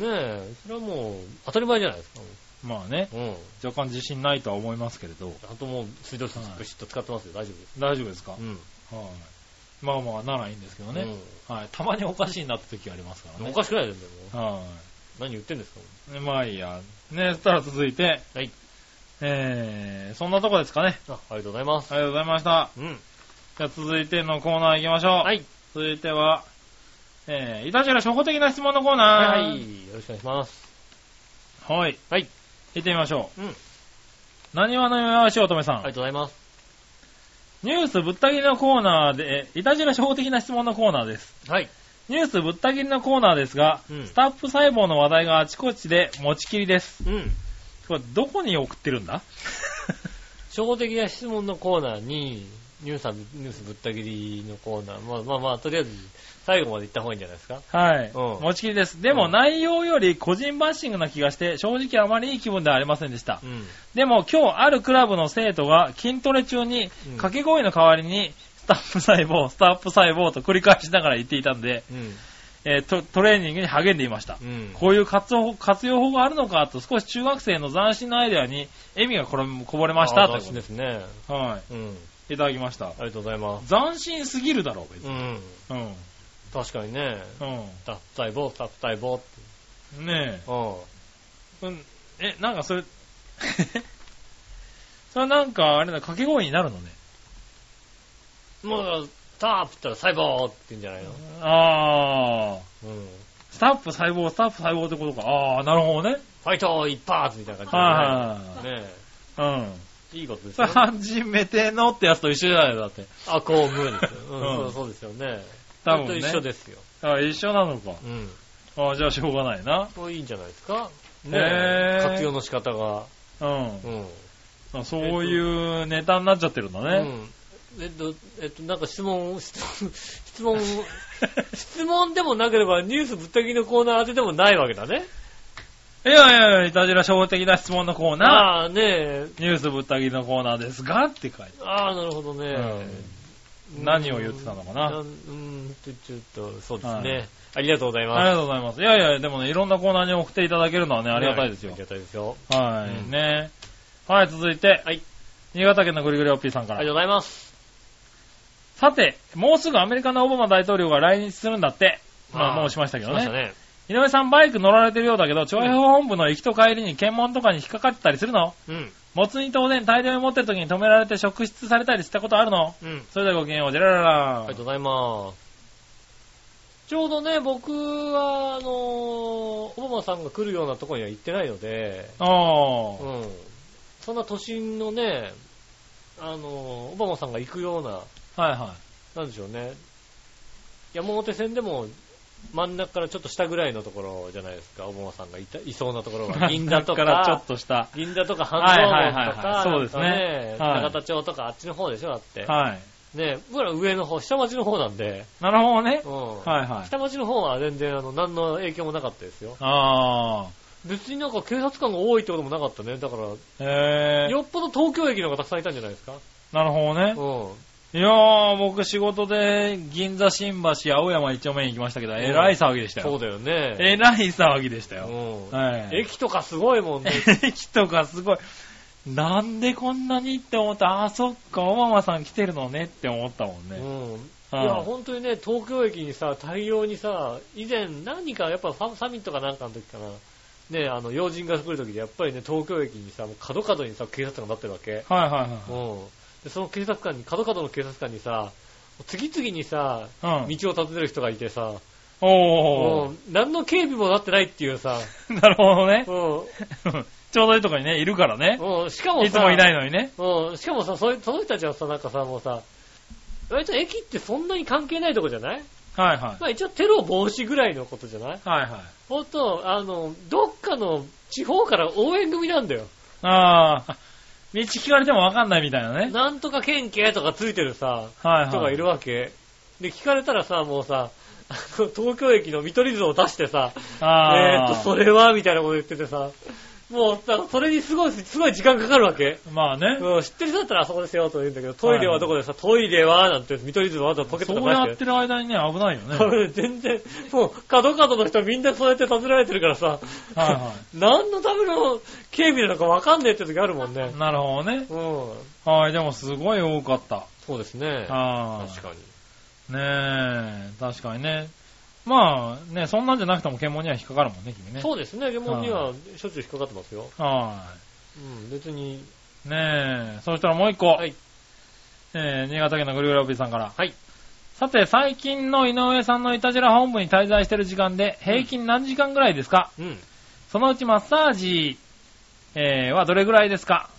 れない。ねえ、それはもう、当たり前じゃないですか。まあね、うん。若干自信ないとは思いますけれど。あともう、水道水ビシッと使ってますよ、大丈夫です。大丈夫ですか、うん。はい。まあまあ、ならいいんですけどね、はい。たまにおかしいなった時がありますからうん。おね。かしくないですよ、もうはい。何言ってんですかねまあいいや。ね、そしたら続いて。はい。えー、そんなとこですかね。あ、ありがとうございます。ありがとうございました。うん。じゃあ続いてのコーナー行きましょう。はい。続いては、えー、いたしら初歩的な質問のコーナはー。い。よろしくお願いします。はい。はい。はい。行ってみましょう。うん。何話のよしおとめさん。ありがとうございます。ニュースぶった切りのコーナーで、えいたしら初歩的な質問のコーナーです。はい。ニュースぶった切りのコーナーですが、うんスタップ細胞の話題があちこちで持ちきりです。うん。これ、どこに送ってるんだ初歩的な質問のコーナーに、ニュースさんニュースぶった切りのコーナー。まあまあまあ、とりあえず、最後まで行った方がいいんじゃないですか。はい。うん持ちきりです。でも、うん内容より個人バッシングな気がして、正直あまりいい気分ではありませんでしたう。ん。でも、今日あるクラブの生徒が筋トレ中にうん、掛け声の代わりに、スタップ細胞、スタップ細胞と繰り返しながら言っていたんで、うん。えートトレーニングに励んでいました。うん。こういう活用活用法があるのかと少し中学生の斬新なアイデアに笑みがこれこぼれましたあという楽こしといでですね。はうん。い。いただきましたあ。りがとうございます。斬新すぎるだろう、別うに。ん。うん。確かにね。うタップ細胞、タップ細胞って。ん。ねえ。ううん、え、なんかそれ、 それなんかあれだ、掛け声になるのね。ん。まあ、スタープったら細胞って言うんじゃないのああ。うん。スタップ細胞、スタップ細胞ってことか。ああ、なるほどね。ファイト一発みたいな感はじでね。ねい はいはい。うん。えいいことですそ れよね。初めてのってやつと一緒じゃないのだって。あ、こう、ムーですよ。うんうん、そうそうですよね。多そ分れね。と一緒ですよ。あ一緒なのか。うん。ああ、じゃあしょうがないな。これいいんじゃないですか。ねねえ活用の仕方が。うんうん。あ。そういうネタになっちゃってるんだうね。ん。えっと、えっと、なんか質問、質問、 質 問、質問でもなければニュースぶった切りのコーナー当てでもないわけだね。 いやいやいや、いたじら小的な質問のコーナああ、ねえ。ー。ニュースぶった切りのコーナーですがって書いてああ、なるほどね。うん何を言ってたのかなうん、うんちょちょっと、そうですはね。ありがとうございあります。がとうございます。いやいや、でもね、いろんなコーナーに送っていただけるのはね、ありがたいですよあり。がたいですよ。はい、うんね。はい、続いて。はい新潟県のぐりぐりおっぴーさんかあらりが。とうございます。さて、もうすぐアメリカのオバマ大統領が来日するんだって。まあ、あーもうしましたけどしましたね。ね。井上さんバイク乗られてるようだけど、調平本部の行きと帰りに検問とかに引っかかってたりするのうん。もつ煮とおでん大量に持ってる時に止められて職質されたりしたことあるのうん。それではごきげんよう、ジェララあラりがとうございます。ちょうどね、僕は、あのー、オバマさんが来るようなところには行ってないので、おうー。ん。そんな都心のね、あのー、オバマさんが行くような、はいはなんでしょうね、山手線でも真ん中からちょっと下ぐらいのところじゃないですか、オバマさんがいたいそうなところは。 い。銀座とか、からちょっとした。銀座とか半はい蔵はい門はいとはか、いそうですねなんかはい永田町とかあっちの方でしょ、だって。はい。ね、僕ら上の方、下町の方なんで、なるほどねう。ん。はいはい。下町の方は全然あの何の影響もなかったですよ。あ別になんか警察官が多いってこともなかったね。だから、ー。へー。よっぽど東京駅の方がたくさんいたんじゃないですか。なるほどねう。ん。いやー、僕仕事で銀座新橋青山一丁目に行きましたけど、えらい騒ぎでしたそうよ。だよね。えらい騒ぎでしたうよ。ん。はい。駅とかすごいもんね。駅とかすごい。なんでこんなにって思った。あ、そっか、オバマさん来てるのねって思ったもんうね。ん。いはいや、本当にね、東京駅にさ、大量にさ、以前何か、やっぱファンサミットかなんかの時かな。ね、あの、要人が来る時で、やっぱりね、東京駅にさ、もう角々にさ、警察官がなってるわけ。はいはいうん。で、その警察官に、角々の警察官にさ、次々にさ、はい。うん。道を立ててる人がいてさ、おもう何の警備もなってないっていうさ、ー。なるほどね。うん ちょうどいいとこにね、いるからね。うん、しかもさ、いつもいないのにね。うん、しかもさ、そういうその人たちはさ、なんかさ、もうさ、割と駅ってそんなに関係ないとこじゃないはいはい。まあ一応テロ防止ぐらいのことじゃないはいはい。ほんと、あの、どっかの地方から応援組なんだよ。あー。道聞かれてもわかんないみたいなね。なんとか県警とかついてるさ、はいはい。人がいるわけ。で、聞かれたらさ、もうさ、あの東京駅の見取り図を出してさ、えーあと、ー。それはみたいなこと言っててさ、もうさ、それにすごい、すごい時間かかるわけ。まあね。うん、知ってる人だったらあそこですよと言うんだけど、トイレはどこでさ、トイレはなんて、見取り図わざとポケットそとうかや出っ して。てる間にね、危ないよね。はい全然、もう、角角の人みんなそうやって尋ねられてるからさ、は何のための警備なのかわかんねえって時あるもんねい。。なるほどね。うん。はい、でもすごい多かった。そうですね。あ確かに。ー。ねえ、確かにね。まあ、ね、そんなんじゃなくても検問には引っかかるもんね、君ね。そうですね、疑問にはしょっちゅう引っかかってますよ。はうん、別に。い。ねえ、そしたらもう一個。はい。えー新潟県のグリグラピーさんから。はい。さて、最近の井上さんのいたじら本部に滞在してる時間で、平均何時間ぐらいですか、うん。そのうちマッサージ、えーはどれぐらいですか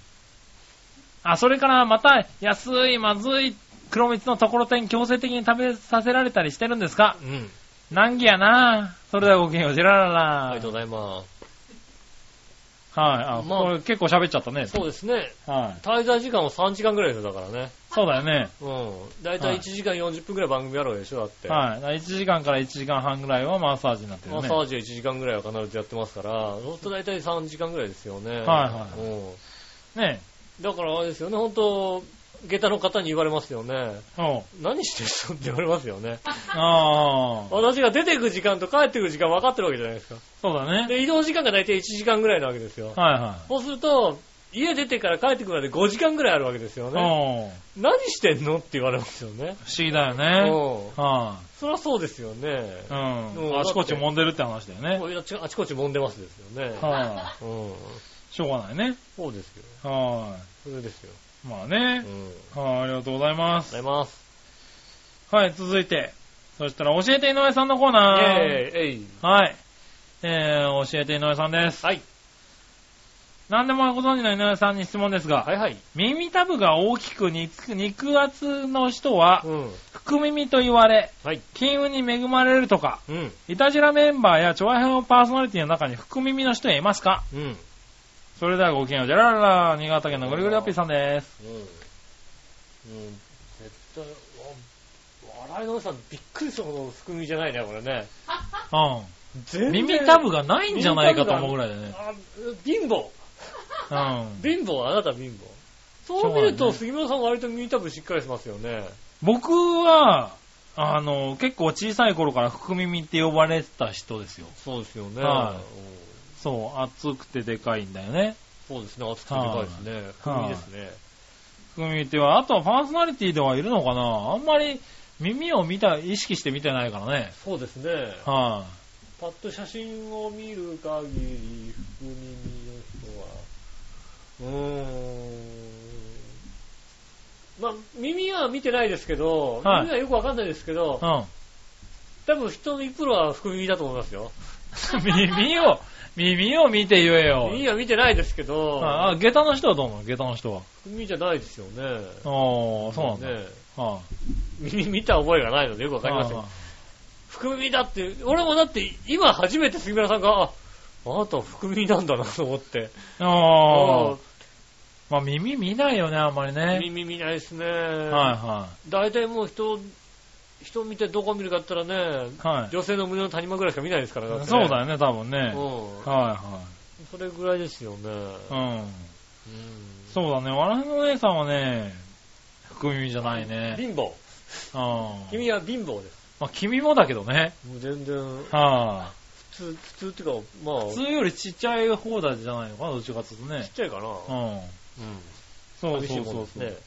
あ、それからまた安い、まずい、黒蜜のところてん強制的に食べさせられたりしてるんですかうん。難儀やなそれではごきげんよう、ジェララあラりがとうございまはい、あ、まあこれ結構喋っちゃったね。す。そうですね。はい。滞在時間は3時間ぐらいですよ、だからね。そうだよね。うん。だいたい1時間40分ぐらい番組やろうでしょ、だって。はい。1時間から1時間半ぐらいはマッサージになってるマね。ッサージは1時間ぐらいは必ずやってますから、そうすると大体3時間ぐらいですよね。はいはいうんねだからあれですよね、本当下駄の方に言われますよね。おう何してるのって言われますよね。ああ、私が出てく時間と帰ってく時間分かってるわけじゃないですか。そうだね。で、移動時間が大体1時間ぐらいなわけですよ。はいはそうすると、家出てから帰ってくるまで5時間ぐらいあるわけですよい。ね。おう何してんのって言われますよね。不思議だようん。ね。はそりゃそうですよねい。う。ん。うんあちこち揉んでるって話だよねも。うあちあちこち揉んでますですよね。はうん。い。しょうがないね。そうですよ。はそれですよ。い。まあうん。ありね。がとうはい、ありがとうございまごすざ。います。はい、続いて。そしたら、教えて井上さんのコーイェナー。ーイ、えい。はい。えー、教えて井上さんです。はい。何でもご存知の井上さんに質問ですが、はいはい。耳たぶが大きく肉肉厚の人はう、ん。福耳と言われ、はい。金運に恵まれるとか、うん。いたじらメンバーや調和編のパーソナリティの中に福耳の人はいますかうん。うん。それではごきげんよう。じゃららら、新潟県のぐるぐるラッピーさんです。うん。絶対、わ笑いのおじさんびっくりしたほど含みじゃないね、これね。う全ん。然耳たぶがないんじゃないかと思うぐらいだね。あ貧乏。うん。貧乏あなた貧乏。そう見るそうだと、ね杉村さん割と耳たぶしっかりしてますよね。僕は、あの、結構小さい頃から福耳って呼ばれてた人ですよ。そうですよねはいそう、厚くてでかいんだよね。そうですね、厚くてでかいですね。はい含みですね。福耳っては、あとはパーソナリティではいるのかなあんまり耳を見た、意識して見てないからね。そうですね。はパッと写真を見る限り、福耳の人は、うーん。まあ、耳は見てないですけど、はい耳はよくわかんないですけど、い。多分人のプロは福耳だと思いますよ。うん。 耳を、耳を見て言えよ。耳は見てないですけど、あ、あ下駄の人はどうなの下駄の人は。福耳じゃないですよね。ああ、そうなんだ。ねは耳見た覚えがないのでよくわいかりませんは。福耳だって、俺もだって今初めて杉村さんが、あ、あなた福耳なんだなと思って。いああ。まあ耳見ないよね、あんまりあね。耳見ないですね。はいは大体もう人、人見てどこ見るかって言ったらね、い。はい。女性の胸の谷間ぐらいしか見ないですからってそうだよね、多分ね。うはん。それぐらいですよね。いはい。うん。うんそうだね、わらびのお姉さんはね、福耳じゃないね。貧乏。うん。君は貧乏です。まあ君もだけどね。もう全然、は普通、普通っていうか、まあ、い。ちっ普通よりちっちゃい方だじゃないのかな、どっちかっていうとね。ちゃいかな。うん。うん。そう寂しそいうもんそうです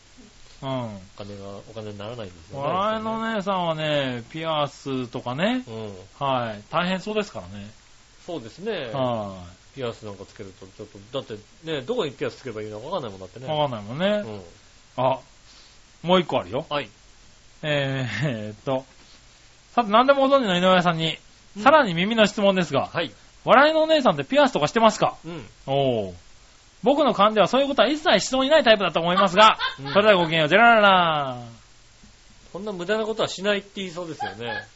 そう。ね。うん。お金が、お金にならないんですよね。笑いのお姉さんはね、ピアスとかね、うん。はい、大変そうですからね。そうですね。はピアスなんかつけると、ちょっと、だってね、どこにピアスつけばいいのかわかんないもんだってい。ね。わかんないもんうね。ん。あ、もう一個あるよ。はい。えーえーっと、さて何でもご存知の井上さんに、うんさらに耳の質問ですが、はい。笑いのお姉さんってピアスとかしてますかうん。おー僕の勘ではそういうことは一切しそうにないタイプだと思いますが、うんそれではごきげんよう、ジェラララこんな無駄なことはしないって言いそうですよね。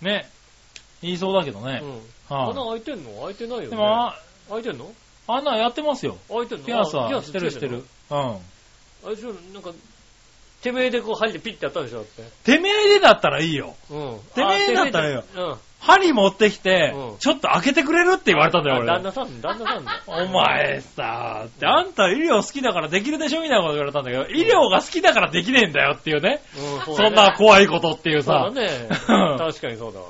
ね、言いそうだけどね。うん。はい穴開いてんの開いてないよね。でも、あ開いてんのあんなんやってますよ。開いてんのピアスあはしてるつしけてんのる。うん。あれでしょなんか、てめえでこう針でピッてやったんでしょだって。てめえでだったらいいよ。うん。 てめえだったらよあてめえでうん。針持ってきて、うんちょっと開けてくれるって言われたんだよ、あ旦俺。那さん、旦那さん だ。お前さ、ってあんた医療好きだからできるでしょみたいなこと言われたんだけど、医療が好きだからできねえんだよっていうね。うん、うだねそんな怖いことっていうそうださ。ね。 うん確かにそうだわ。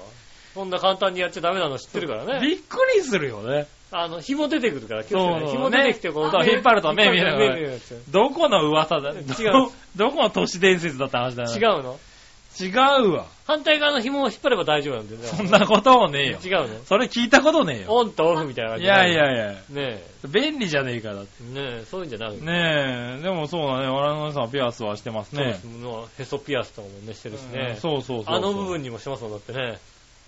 そんな簡単にやっちゃダメなの知ってるからね。びっくりするよね。あの、紐出てくるから、気をつけてねそう紐出てきて、こう、ね引っ張ると目見えない目見えなくなっちゃうどこの噂だ、違うど、どこの都市伝説だった話だよ。違う。うの違うわ。反対側の紐を引っ張れば大丈夫なんだよね。 そんなこともねえよ。違うのそれ聞いたことねえよ。オンとオフみたいな感いじやいねやいや。え。便利じゃねえかだって。ねえ、そういうんじゃなくて。ねえ、でもそうだね。我々のさんはピアスはしてますそうでねす。もうへそピアスとかもね、してるしうねん。そうそうそうそう。あの部分にもしてますもんだってね。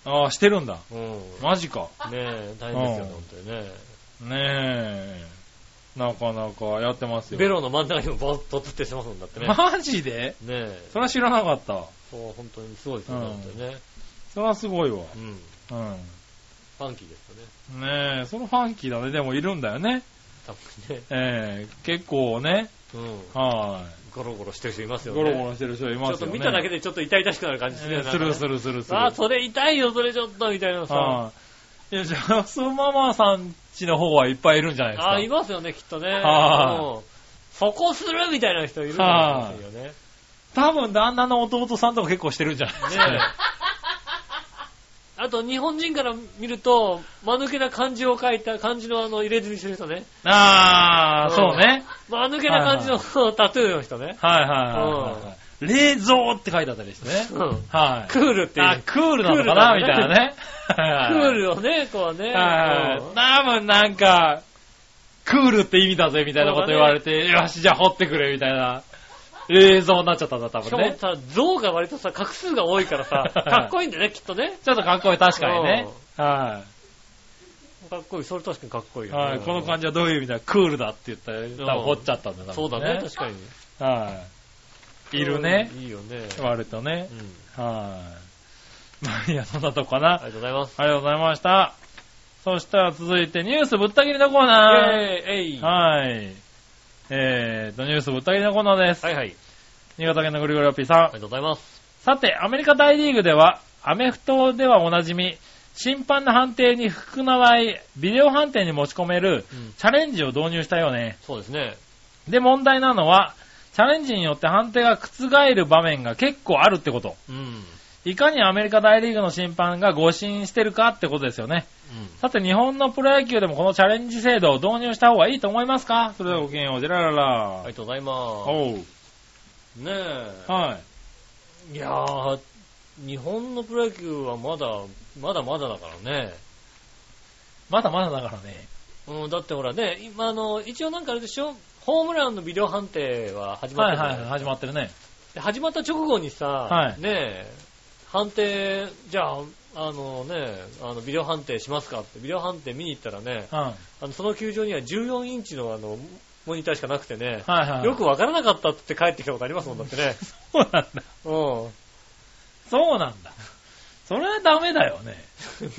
ああ、してるんだ。うん。マジか。ねえ、大変ですよね、うん本当にね。ねえ。なかなかやってますよ。ベロの真ん中にもボッとつってしてますもんだってね。ねマジでえ。それは知らなかった。そう、本当にすごいですよね、うん本当にね。それはすごいわ。うん。うファンキーですよね。ん。ねえ、そのファンキーだね。でもいるんだよね。たぶね。ええ結構ね。うん。はゴロゴロしてる人いますい。よね。ゴロゴロしてる人いちまょっすとよね。見ただけでちょっと痛々しくなる感じするよえねえするするするする。あ、それ痛いよ、それちょっと、みたいなさ。はいいや、じゃあ、そのママさんちの方はいっぱいいるんじゃないですか。あ、いますよね、きっとね。はいうんそこするみたいな人いるんですよね。多分旦那の弟さんとか結構してるんじゃないですか、ねえあと、日本人から見ると、間抜けな漢字を書いた、漢字のあの、入れ墨してる人ね。 ああ、そうね。間抜けな感じのタトゥーの人ね。はいはいはいはいはい。冷蔵って書いてあったりしてね。うんはい。クールっていあう、。クールなのかな、クールみたいだなね。ククールをね、こうね。はいうん。多分なんか、クールって意味だぜ、みたいなこと言われて、よし、じゃあ掘ってくれ、みたいな。映像になっちゃったんだ、多しか分もね。さ、像が割とさ、画数が多いからさ、かっこいいんだよね、きっとね。ちょっとかっこいい、確かにね。はかっこいい、それ確かにかっこいいい。よね。はい。この感じはどういう意味だクールだって言ったら、多分掘っちゃったんだ、多分、そうだね、確かに。はい。いるねう。ん。いいよね。割とねう。ん。はい。まあ、いや、そんなとこかな。ありがとうございます。ありがとうございました。そしたら続いてニュースぶった切りのコーイェナーー。イえいははい。えーと、ニュースぶった切りのコーナーです。いはい。あり新潟県のグリゴリオピーさんが。とうございます。さて、アメリカ大リーグでは、アメフトではおなじみ、審判の判定に服の場合、ビデオ判定に持ち込めるうん。チャレンジを導入したよね。そうですね。で、問題なのは、チャレンジによって判定が覆る場面が結構あるってこと。うん。うん。いかにアメリカ大リーグの審判が誤審してるかってことですよね。さて、日本のプロ野球でもこのチャレンジ制度を導入した方がいいと思いますかそれではごきげんよう、ジェララあラりがとうございまおう。す。ねえ。はい。いやー、日本のプロ野球はまだ、まだまだだからね。まだまだだからね。うん、だってほらね、今あの、一応なんかあれでしょホームランのビデオ判定は始まっはている、はい、始まってるね。で始まった直後にさ、はいねえ、判定、じゃあ、あのね、あの、ビデオ判定しますかって、ビデオ判定見に行ったらね、うん。はいあのその球場には14インチのあの、モニターしかなくてね、はい。よくわからなかったって帰ってきたことありますもんだってね。そうなんだ。うん。そうなんだ。それはダメだよね。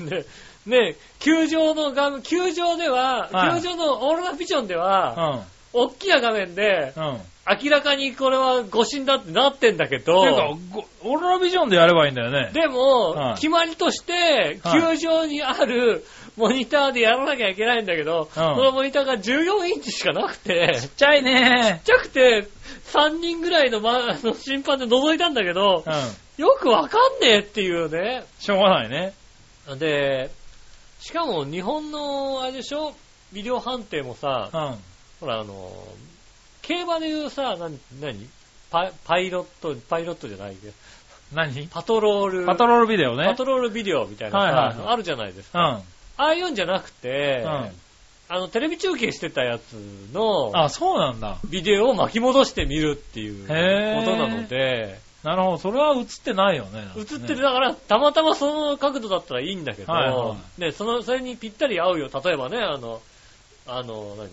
で、ね、球場の画面、球場では、はい球場のオーロラビジョンでうは、ん。大きな画面で、うん。明らかにこれは誤審だってなってんだけていうかど、、ごオーロラビジョンでやればいいんだよね。でも、はい決まりとして、は球場にあるモニターでやらなきゃいけないんだけど、そのモニターが14インチしかなくて、ちっちゃいねちっ。ちゃくて、3人ぐらいの,、ま、あの審判で覗いたんだけどう、ん。よくわかんねえっていうね。しょうがないね。で、しかも日本の、あれでしょ、ビデオ判定もさ、うん。はいほらあの、競馬でいうさ、何、何パパイロット、パイロットじゃないけど、何パトロール、パトロールビデオね。パトロールビデオみたいなさ、はいはいはいあるじゃないですうか。ん。ああいうんじゃなくて、うん。あの、テレビ中継してたやつの、あ、そうなんだ。ビデオを巻き戻して見るっていうことへーなので、なるほど。それは映ってないよね。映ってる、だから、たまたまその角度だったらいいんだけど、はいはね、その、それにぴったり合うよ。例えばね、あの、あの、何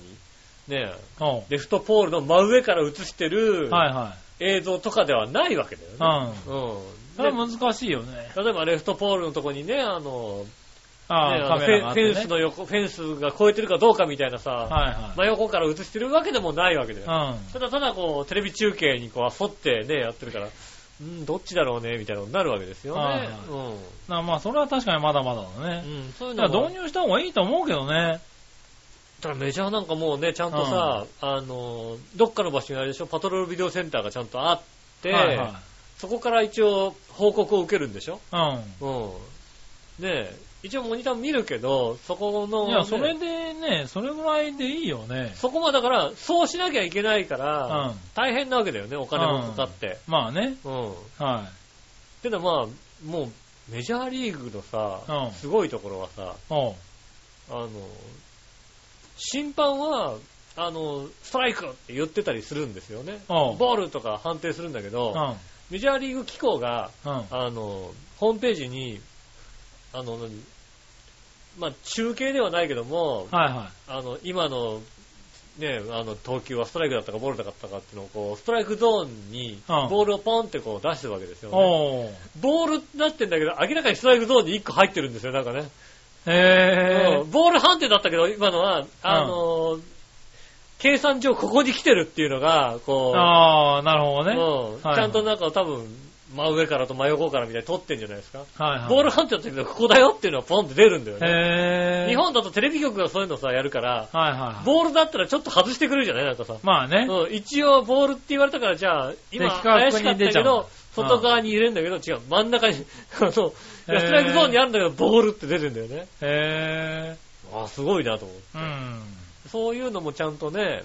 ねうん。レフトポールの真上から映してるはいは映像とかではないわけだよね。い。うん。うんそれは難しいよね。で例えばレフトポールのとこにね、あの、ねああ、あカのメフラェがあっフェてンスね。の横、フェンスが超えてるかどうかみたいなさ、はい真横から映してるわけでもないわけだよ。はい。ただただこう、テレビ中継にこう、沿ってね、やってるから、うん、どっちだろうね、みたいなのになるわけですよはいねはい。うん。うん。なまあ、それは確かにまだまだだね。うん、そういうだのからも導入した方がいいと思うけどね。ただメジャーなんかもうね、ちゃんとさ、あの、どっかの場所にあれでしょ、パトロールビデオセンターがちゃんとあって、はいはそこから一応報告を受けるんでしょい。うん。うん。ねえ、一応モニター見るけど、そこの、いや、それでね、それぐらいでいいよね。そこはだから、そうしなきゃいけないかうら、ん。大変なわけだよね、お金もかかって。まあね。うん。はけどまあ、もう、メジャーリーグのさ、うんすごいところはさ、い。おう。あの、審判は、あの、ストライクって言ってたりするんですよね。おう。ボールとか判定するんだけど、うメジャーリーグ機構が、ん。うん。あの、ホームページに、あの、何まあ、中継ではないけども、はいはあの、今の、ね、あの、投球はストライクだったかボールだったかっていうのを、こう、ストライクゾーンに、うんボールをポンってこう出してるわけですい。よね。おう。ボールになってんだけど、明らかにストライクゾーンに1個入ってるんですよ、なんかね。へうんボール判定だったけど、今のは、あの、計算上ここに来てるっていうのが、こー。う、ああ、なるほどね。うんはいはいちゃんとなんか多分、真上からと真横からみたいに撮ってんじゃないですか。はいはい。ボール判定だったけど、ここだよっていうのはポンって出るんだよね。へー。日本だとテレビ局がそういうのさ、やるから、はいはいはい。ボールだったらちょっと外してくれるじゃないなんかさ。まあね。うん一応ボールって言われたから、じゃあ、今的怪確しかっにた出ちゃけうのど、外側に入れるんだけど、違う、真ん中に、あの、ストへーライクゾーンにあるんだけど、ボールって出るんだよね。へあ、すごいなと思う。ー。うん。そういうのもちゃんとね、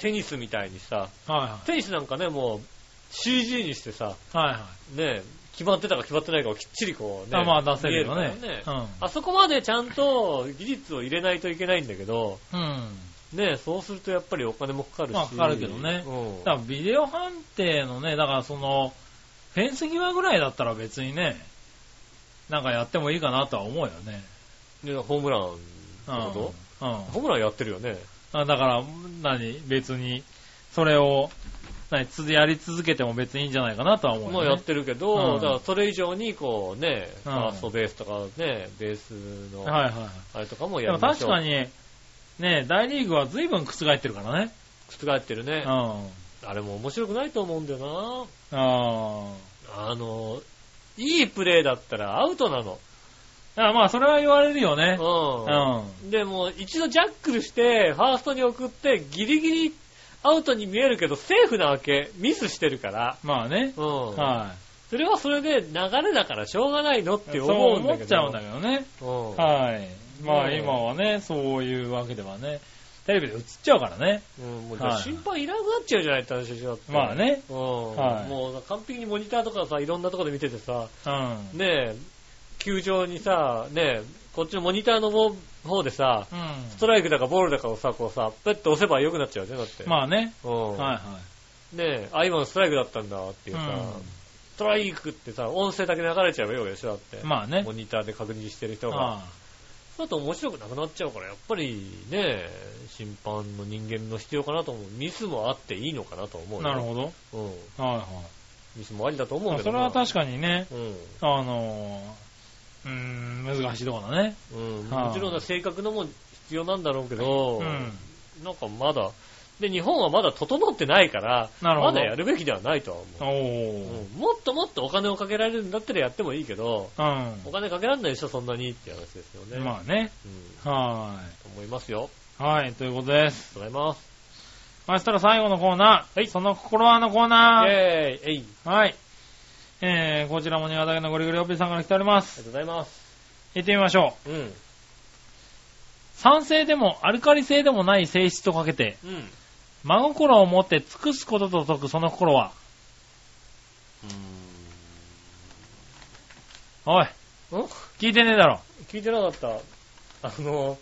テニスみたいにさ、はテニスなんかね、もう CG にしてさ、いはい。はいはい。ね、決まってたか決まってないかをきっちりこうね。あまあ出せるよ見えねから。うんあそこまでちゃんと技術を入れないといけないんだけど、うん。ねえ、そうするとやっぱりお金もかかるし。まあかかるけどねうん。だからビデオ判定のね、だからその、フェンス際ぐらいだったら別にね、なんかやってもいいかなとは思うよね。でホームランってうん。こうん。とホームランやってるよね。あだから、何別に、それを、何つやり続けても別にいいんじゃないかなとは思うまよあね。やってるけど、うだんからそれ以上にこうね、うんファーストベースとかね、ベースのはいあはいはい。れとかもでやもりまし確ょう。か。に、ね、大リーグは随分覆ってるからね。覆ってるうねん。。ああれも面白くないと思うんだよあ。な。あの、いいプレーだったらアウトなの。だからまあ、それは言われるよね。う。うんん。でも、一度ジャックルして、ファーストに送って、ギリギリアウトに見えるけど、セーフなわけ。ミスしてるから。まあね。うん。はそれはそれで流れだからしょうがないのっい。てそう思うん思だっけど。ちゃうんだけどね。うん。はい。まあうん今はね、そういうわけではね、テレビで映っちゃうからね。うん、もうはい心配いらなくなっちゃうじゃないって話でしょ。だってまあ。ね。うん。はいもう完璧にモニターとかさ、いろんなとこで見ててさ、うん。ねえ、球場にさ、ねえ、こっちのモニターの方方でさ、うんストライクだかボールだかをさ、こうさ、ペッと押せば良くなっちゃうよね、だって。まあね。うん。はいはねえ、あ、今のストライクだったんだっていうさ、うんストライクってさ、音声だけ流れちゃうよ、でしょ、だって。い。まあねモ。ニターで確認してる人が。あだと面白くなくなっちゃうから、やっぱりね、審判の人間の必要かなと思う。ミスもあっていいのかなと思あう。なるほど。ど。うん。はいミスもありだと思はうい。けそどれな。は確かにね、に。うん。あのー、うーん、難しいとこだね。うん、はいもちろんな性格のも必要なんだろうけど、うん。なんかまだ、で、日本はまだ整ってないから、なるほどまだやるべきではないとは思おう、ー。うんもっともっとお金をかけられるんだったらやってもいいけど、うおん。金かけられないでしょ、そんなにって話ですよね。まあね。うん、はと思いますよ。い。はい、ということです。ございます。そしたら最後のコーナー。はい。その心はのコーナー。イェーイえいありはい。えー、こちらも新潟県のゴリゴリオピーさんから来ておりますが。とうございます。行ってみましょう。うん。うん。酸性でもアルカリ性でもない性質とかけて、うん。真心を持って尽くすことと解くその心は、おい、聞いてねえだろ。聞いてなかった。あの、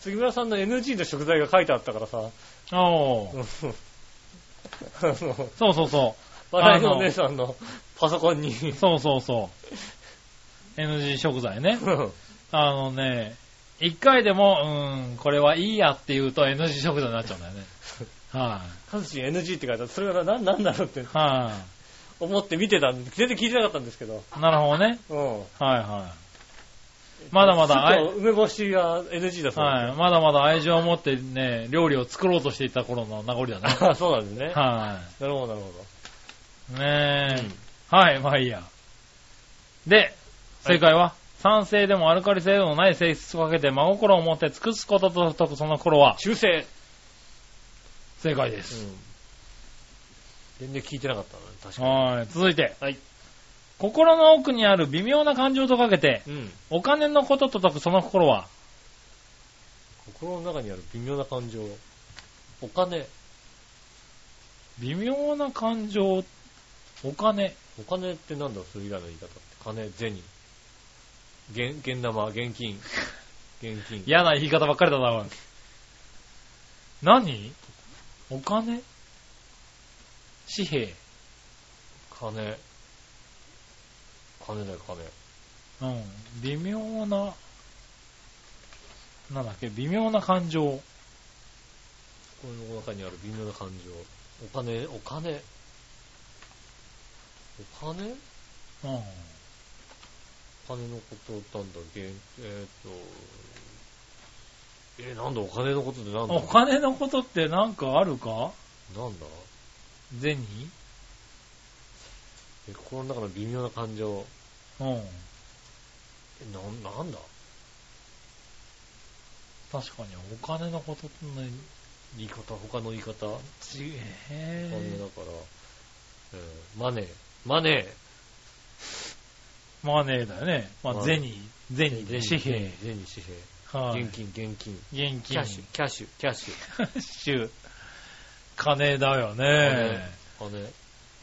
杉村さんの NG の食材が書いてあったからさ、おうーんあの、そうそうそ笑いのお姉さんのパソコンに。う。そうそうそう。NG 食材ね。あのね、一回でも、うーん、これはいいやって言うと NG 食材になっちゃうんだよね。 はい、カズチン NG って書いてある。それがな、ななんだろうってはい、思って見てたんで、全然聞いてなかったんですけど。なるほどね。うん。はいはい。まだまだ、あちいょっと梅干しが NG だそうなんはい、まだまだ愛情を持ってね、料理を作ろうとしていた頃の名残だでね。 す。あ、そうなんですね。はい、なるほど、なるほど。ねえ、はい、まあいいや。で、正解は、酸性でもアルカリ性でもない性質をかけて真心を持って尽くすことと解くその頃は、中性。正解でうす。ん。全然聞いてなかったな、確かに。はい、続いて。はい心の奥にある微妙な感情とかけて、うん。お金のことと解くその心は、心の中にある微妙な感情。お金。微妙な感情、お金、お金ってなんだろう、それ以外の言い方って。金、銭。現、現生、現 金。現金。嫌な言い方ばっかりだな、おい何お金紙幣。金。金だよ、金。うん。微妙な、なんだっけ、微妙な感情。心の中にある微妙な感情。お金、お金。お金うん。お金のことなんだ、げんえーっと、えーなんだ、お金のことってなんだお金のことってなんかあるかなんだ銭え心の中の微妙な感情。うん。え、なん、なんだ確かに、お金のことってね、言い方、他の言い方。ちお金えだから、えーマネー、マネー、マネーだよね。まあ、はい銭、ー。銭、紙幣、銭、紙幣。はい。現金、現金。金、現金、キャッシュ、キャッシュ、キャッシュ。キャッシュ金だよね。金。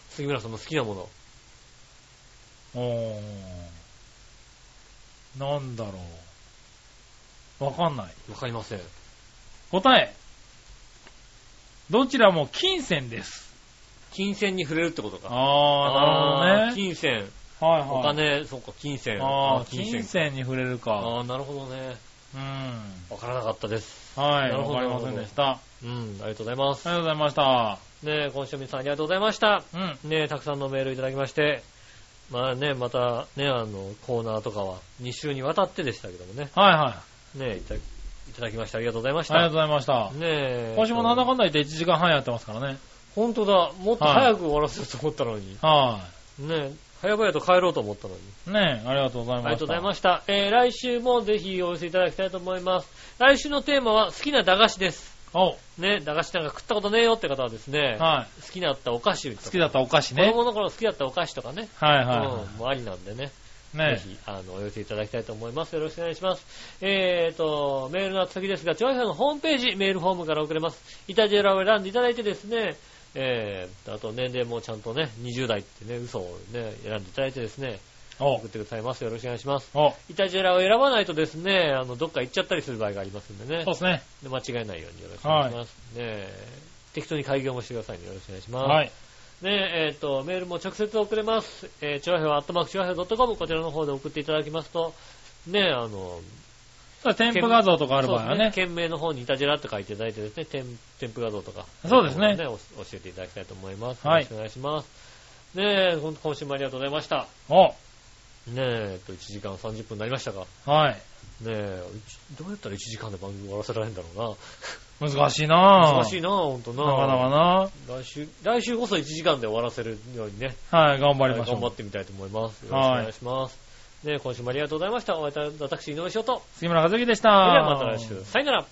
杉村さんの好きなもの。おーなんだろう。わかんない。わかりません。答え、どちらも金銭です。金銭に触れるってことか。ああ、なるあーほどね。金銭。はいはい。お金、そっか、金銭。ああ、ー金。銭に触れるか。ああ、なるほどね。うん。わからなかったです。はない、るわほどかりませんでした。あうん、ありがとうございます。りがとうございました。ねえ、今週も皆さんありがとうございました。うん。ねえ、たくさんのメールいただきまして。まあね、またね、あの、コーナーとかは2週にわたってでしたけどもね。はいはい。ねえ、いたいただきましてありがとうございました。ありがとうございましねた。え。今週もなんだかんだ言って1時間半やってますからね。本当だ。もっと早く終わらせると思ったのに。はねえ、早々と帰ろうと思ったのに。い。ねえ、ありがとうございましあた。りがとうございました。えー、来週もぜひお寄せいただきたいと思います。来週のテーマは好きな駄菓子です。お、ね、駄菓子なんか食ったことねえよって方はですね、は好きだったお菓子とい。好か、きだったお菓子子ね。供の頃好きだったお菓子とかね、はいうんは、もうありなんでね、い。ねぜひ、あの、お寄せいただきたいと思います。よろしくお願いします。えーと、メールの続きですが、調和表のホームページ、メールフォームから送れます。イタジェラを選んでいただいてですね、えー、あと年齢もちゃんとね、20代ってね、嘘をね、選んでいただいてですね、お送っ、てくださいます。よろしくお願いします。お、イタジェラを選ばないとですね、あの、どっか行っちゃったりする場合がありますんでねそう。ですね。で間違えないようによろしくお願いします。ねえ適当に開業もしてくださいね。よろしくお願いします。はい。ねえ、えっ、と、メールも直接送れます。えー、調和表、アットマーク、調和表 .com、こちらの方で送っていただきますと、ねえ、あの、それ添付画像とかある場合はね。そうですね。件名の方にイタジェラって書いていただいてですね、添添付画像とか。そうですおね教えていただきたいと思います。はいよろしくお願いします。ねえ、ほんと今週もありがとうございました。お、ねえ、えっと、1時間30分になりましたが。はい。ねえ、うちどうやったら1時間で番組終わらせられるんだろ難しいうな。なぁ。難しいな、ほんとな。なかなかな来週、来週こそ1時間で終わらせるようにね、はい、頑張りましょ頑張うっ。てみたいと思います。よろしくおはい願いします。ねえ今週もありがとうございました。お会いいた私、井上翔と。杉村和之でしそれでた。はまた来週。さよなら。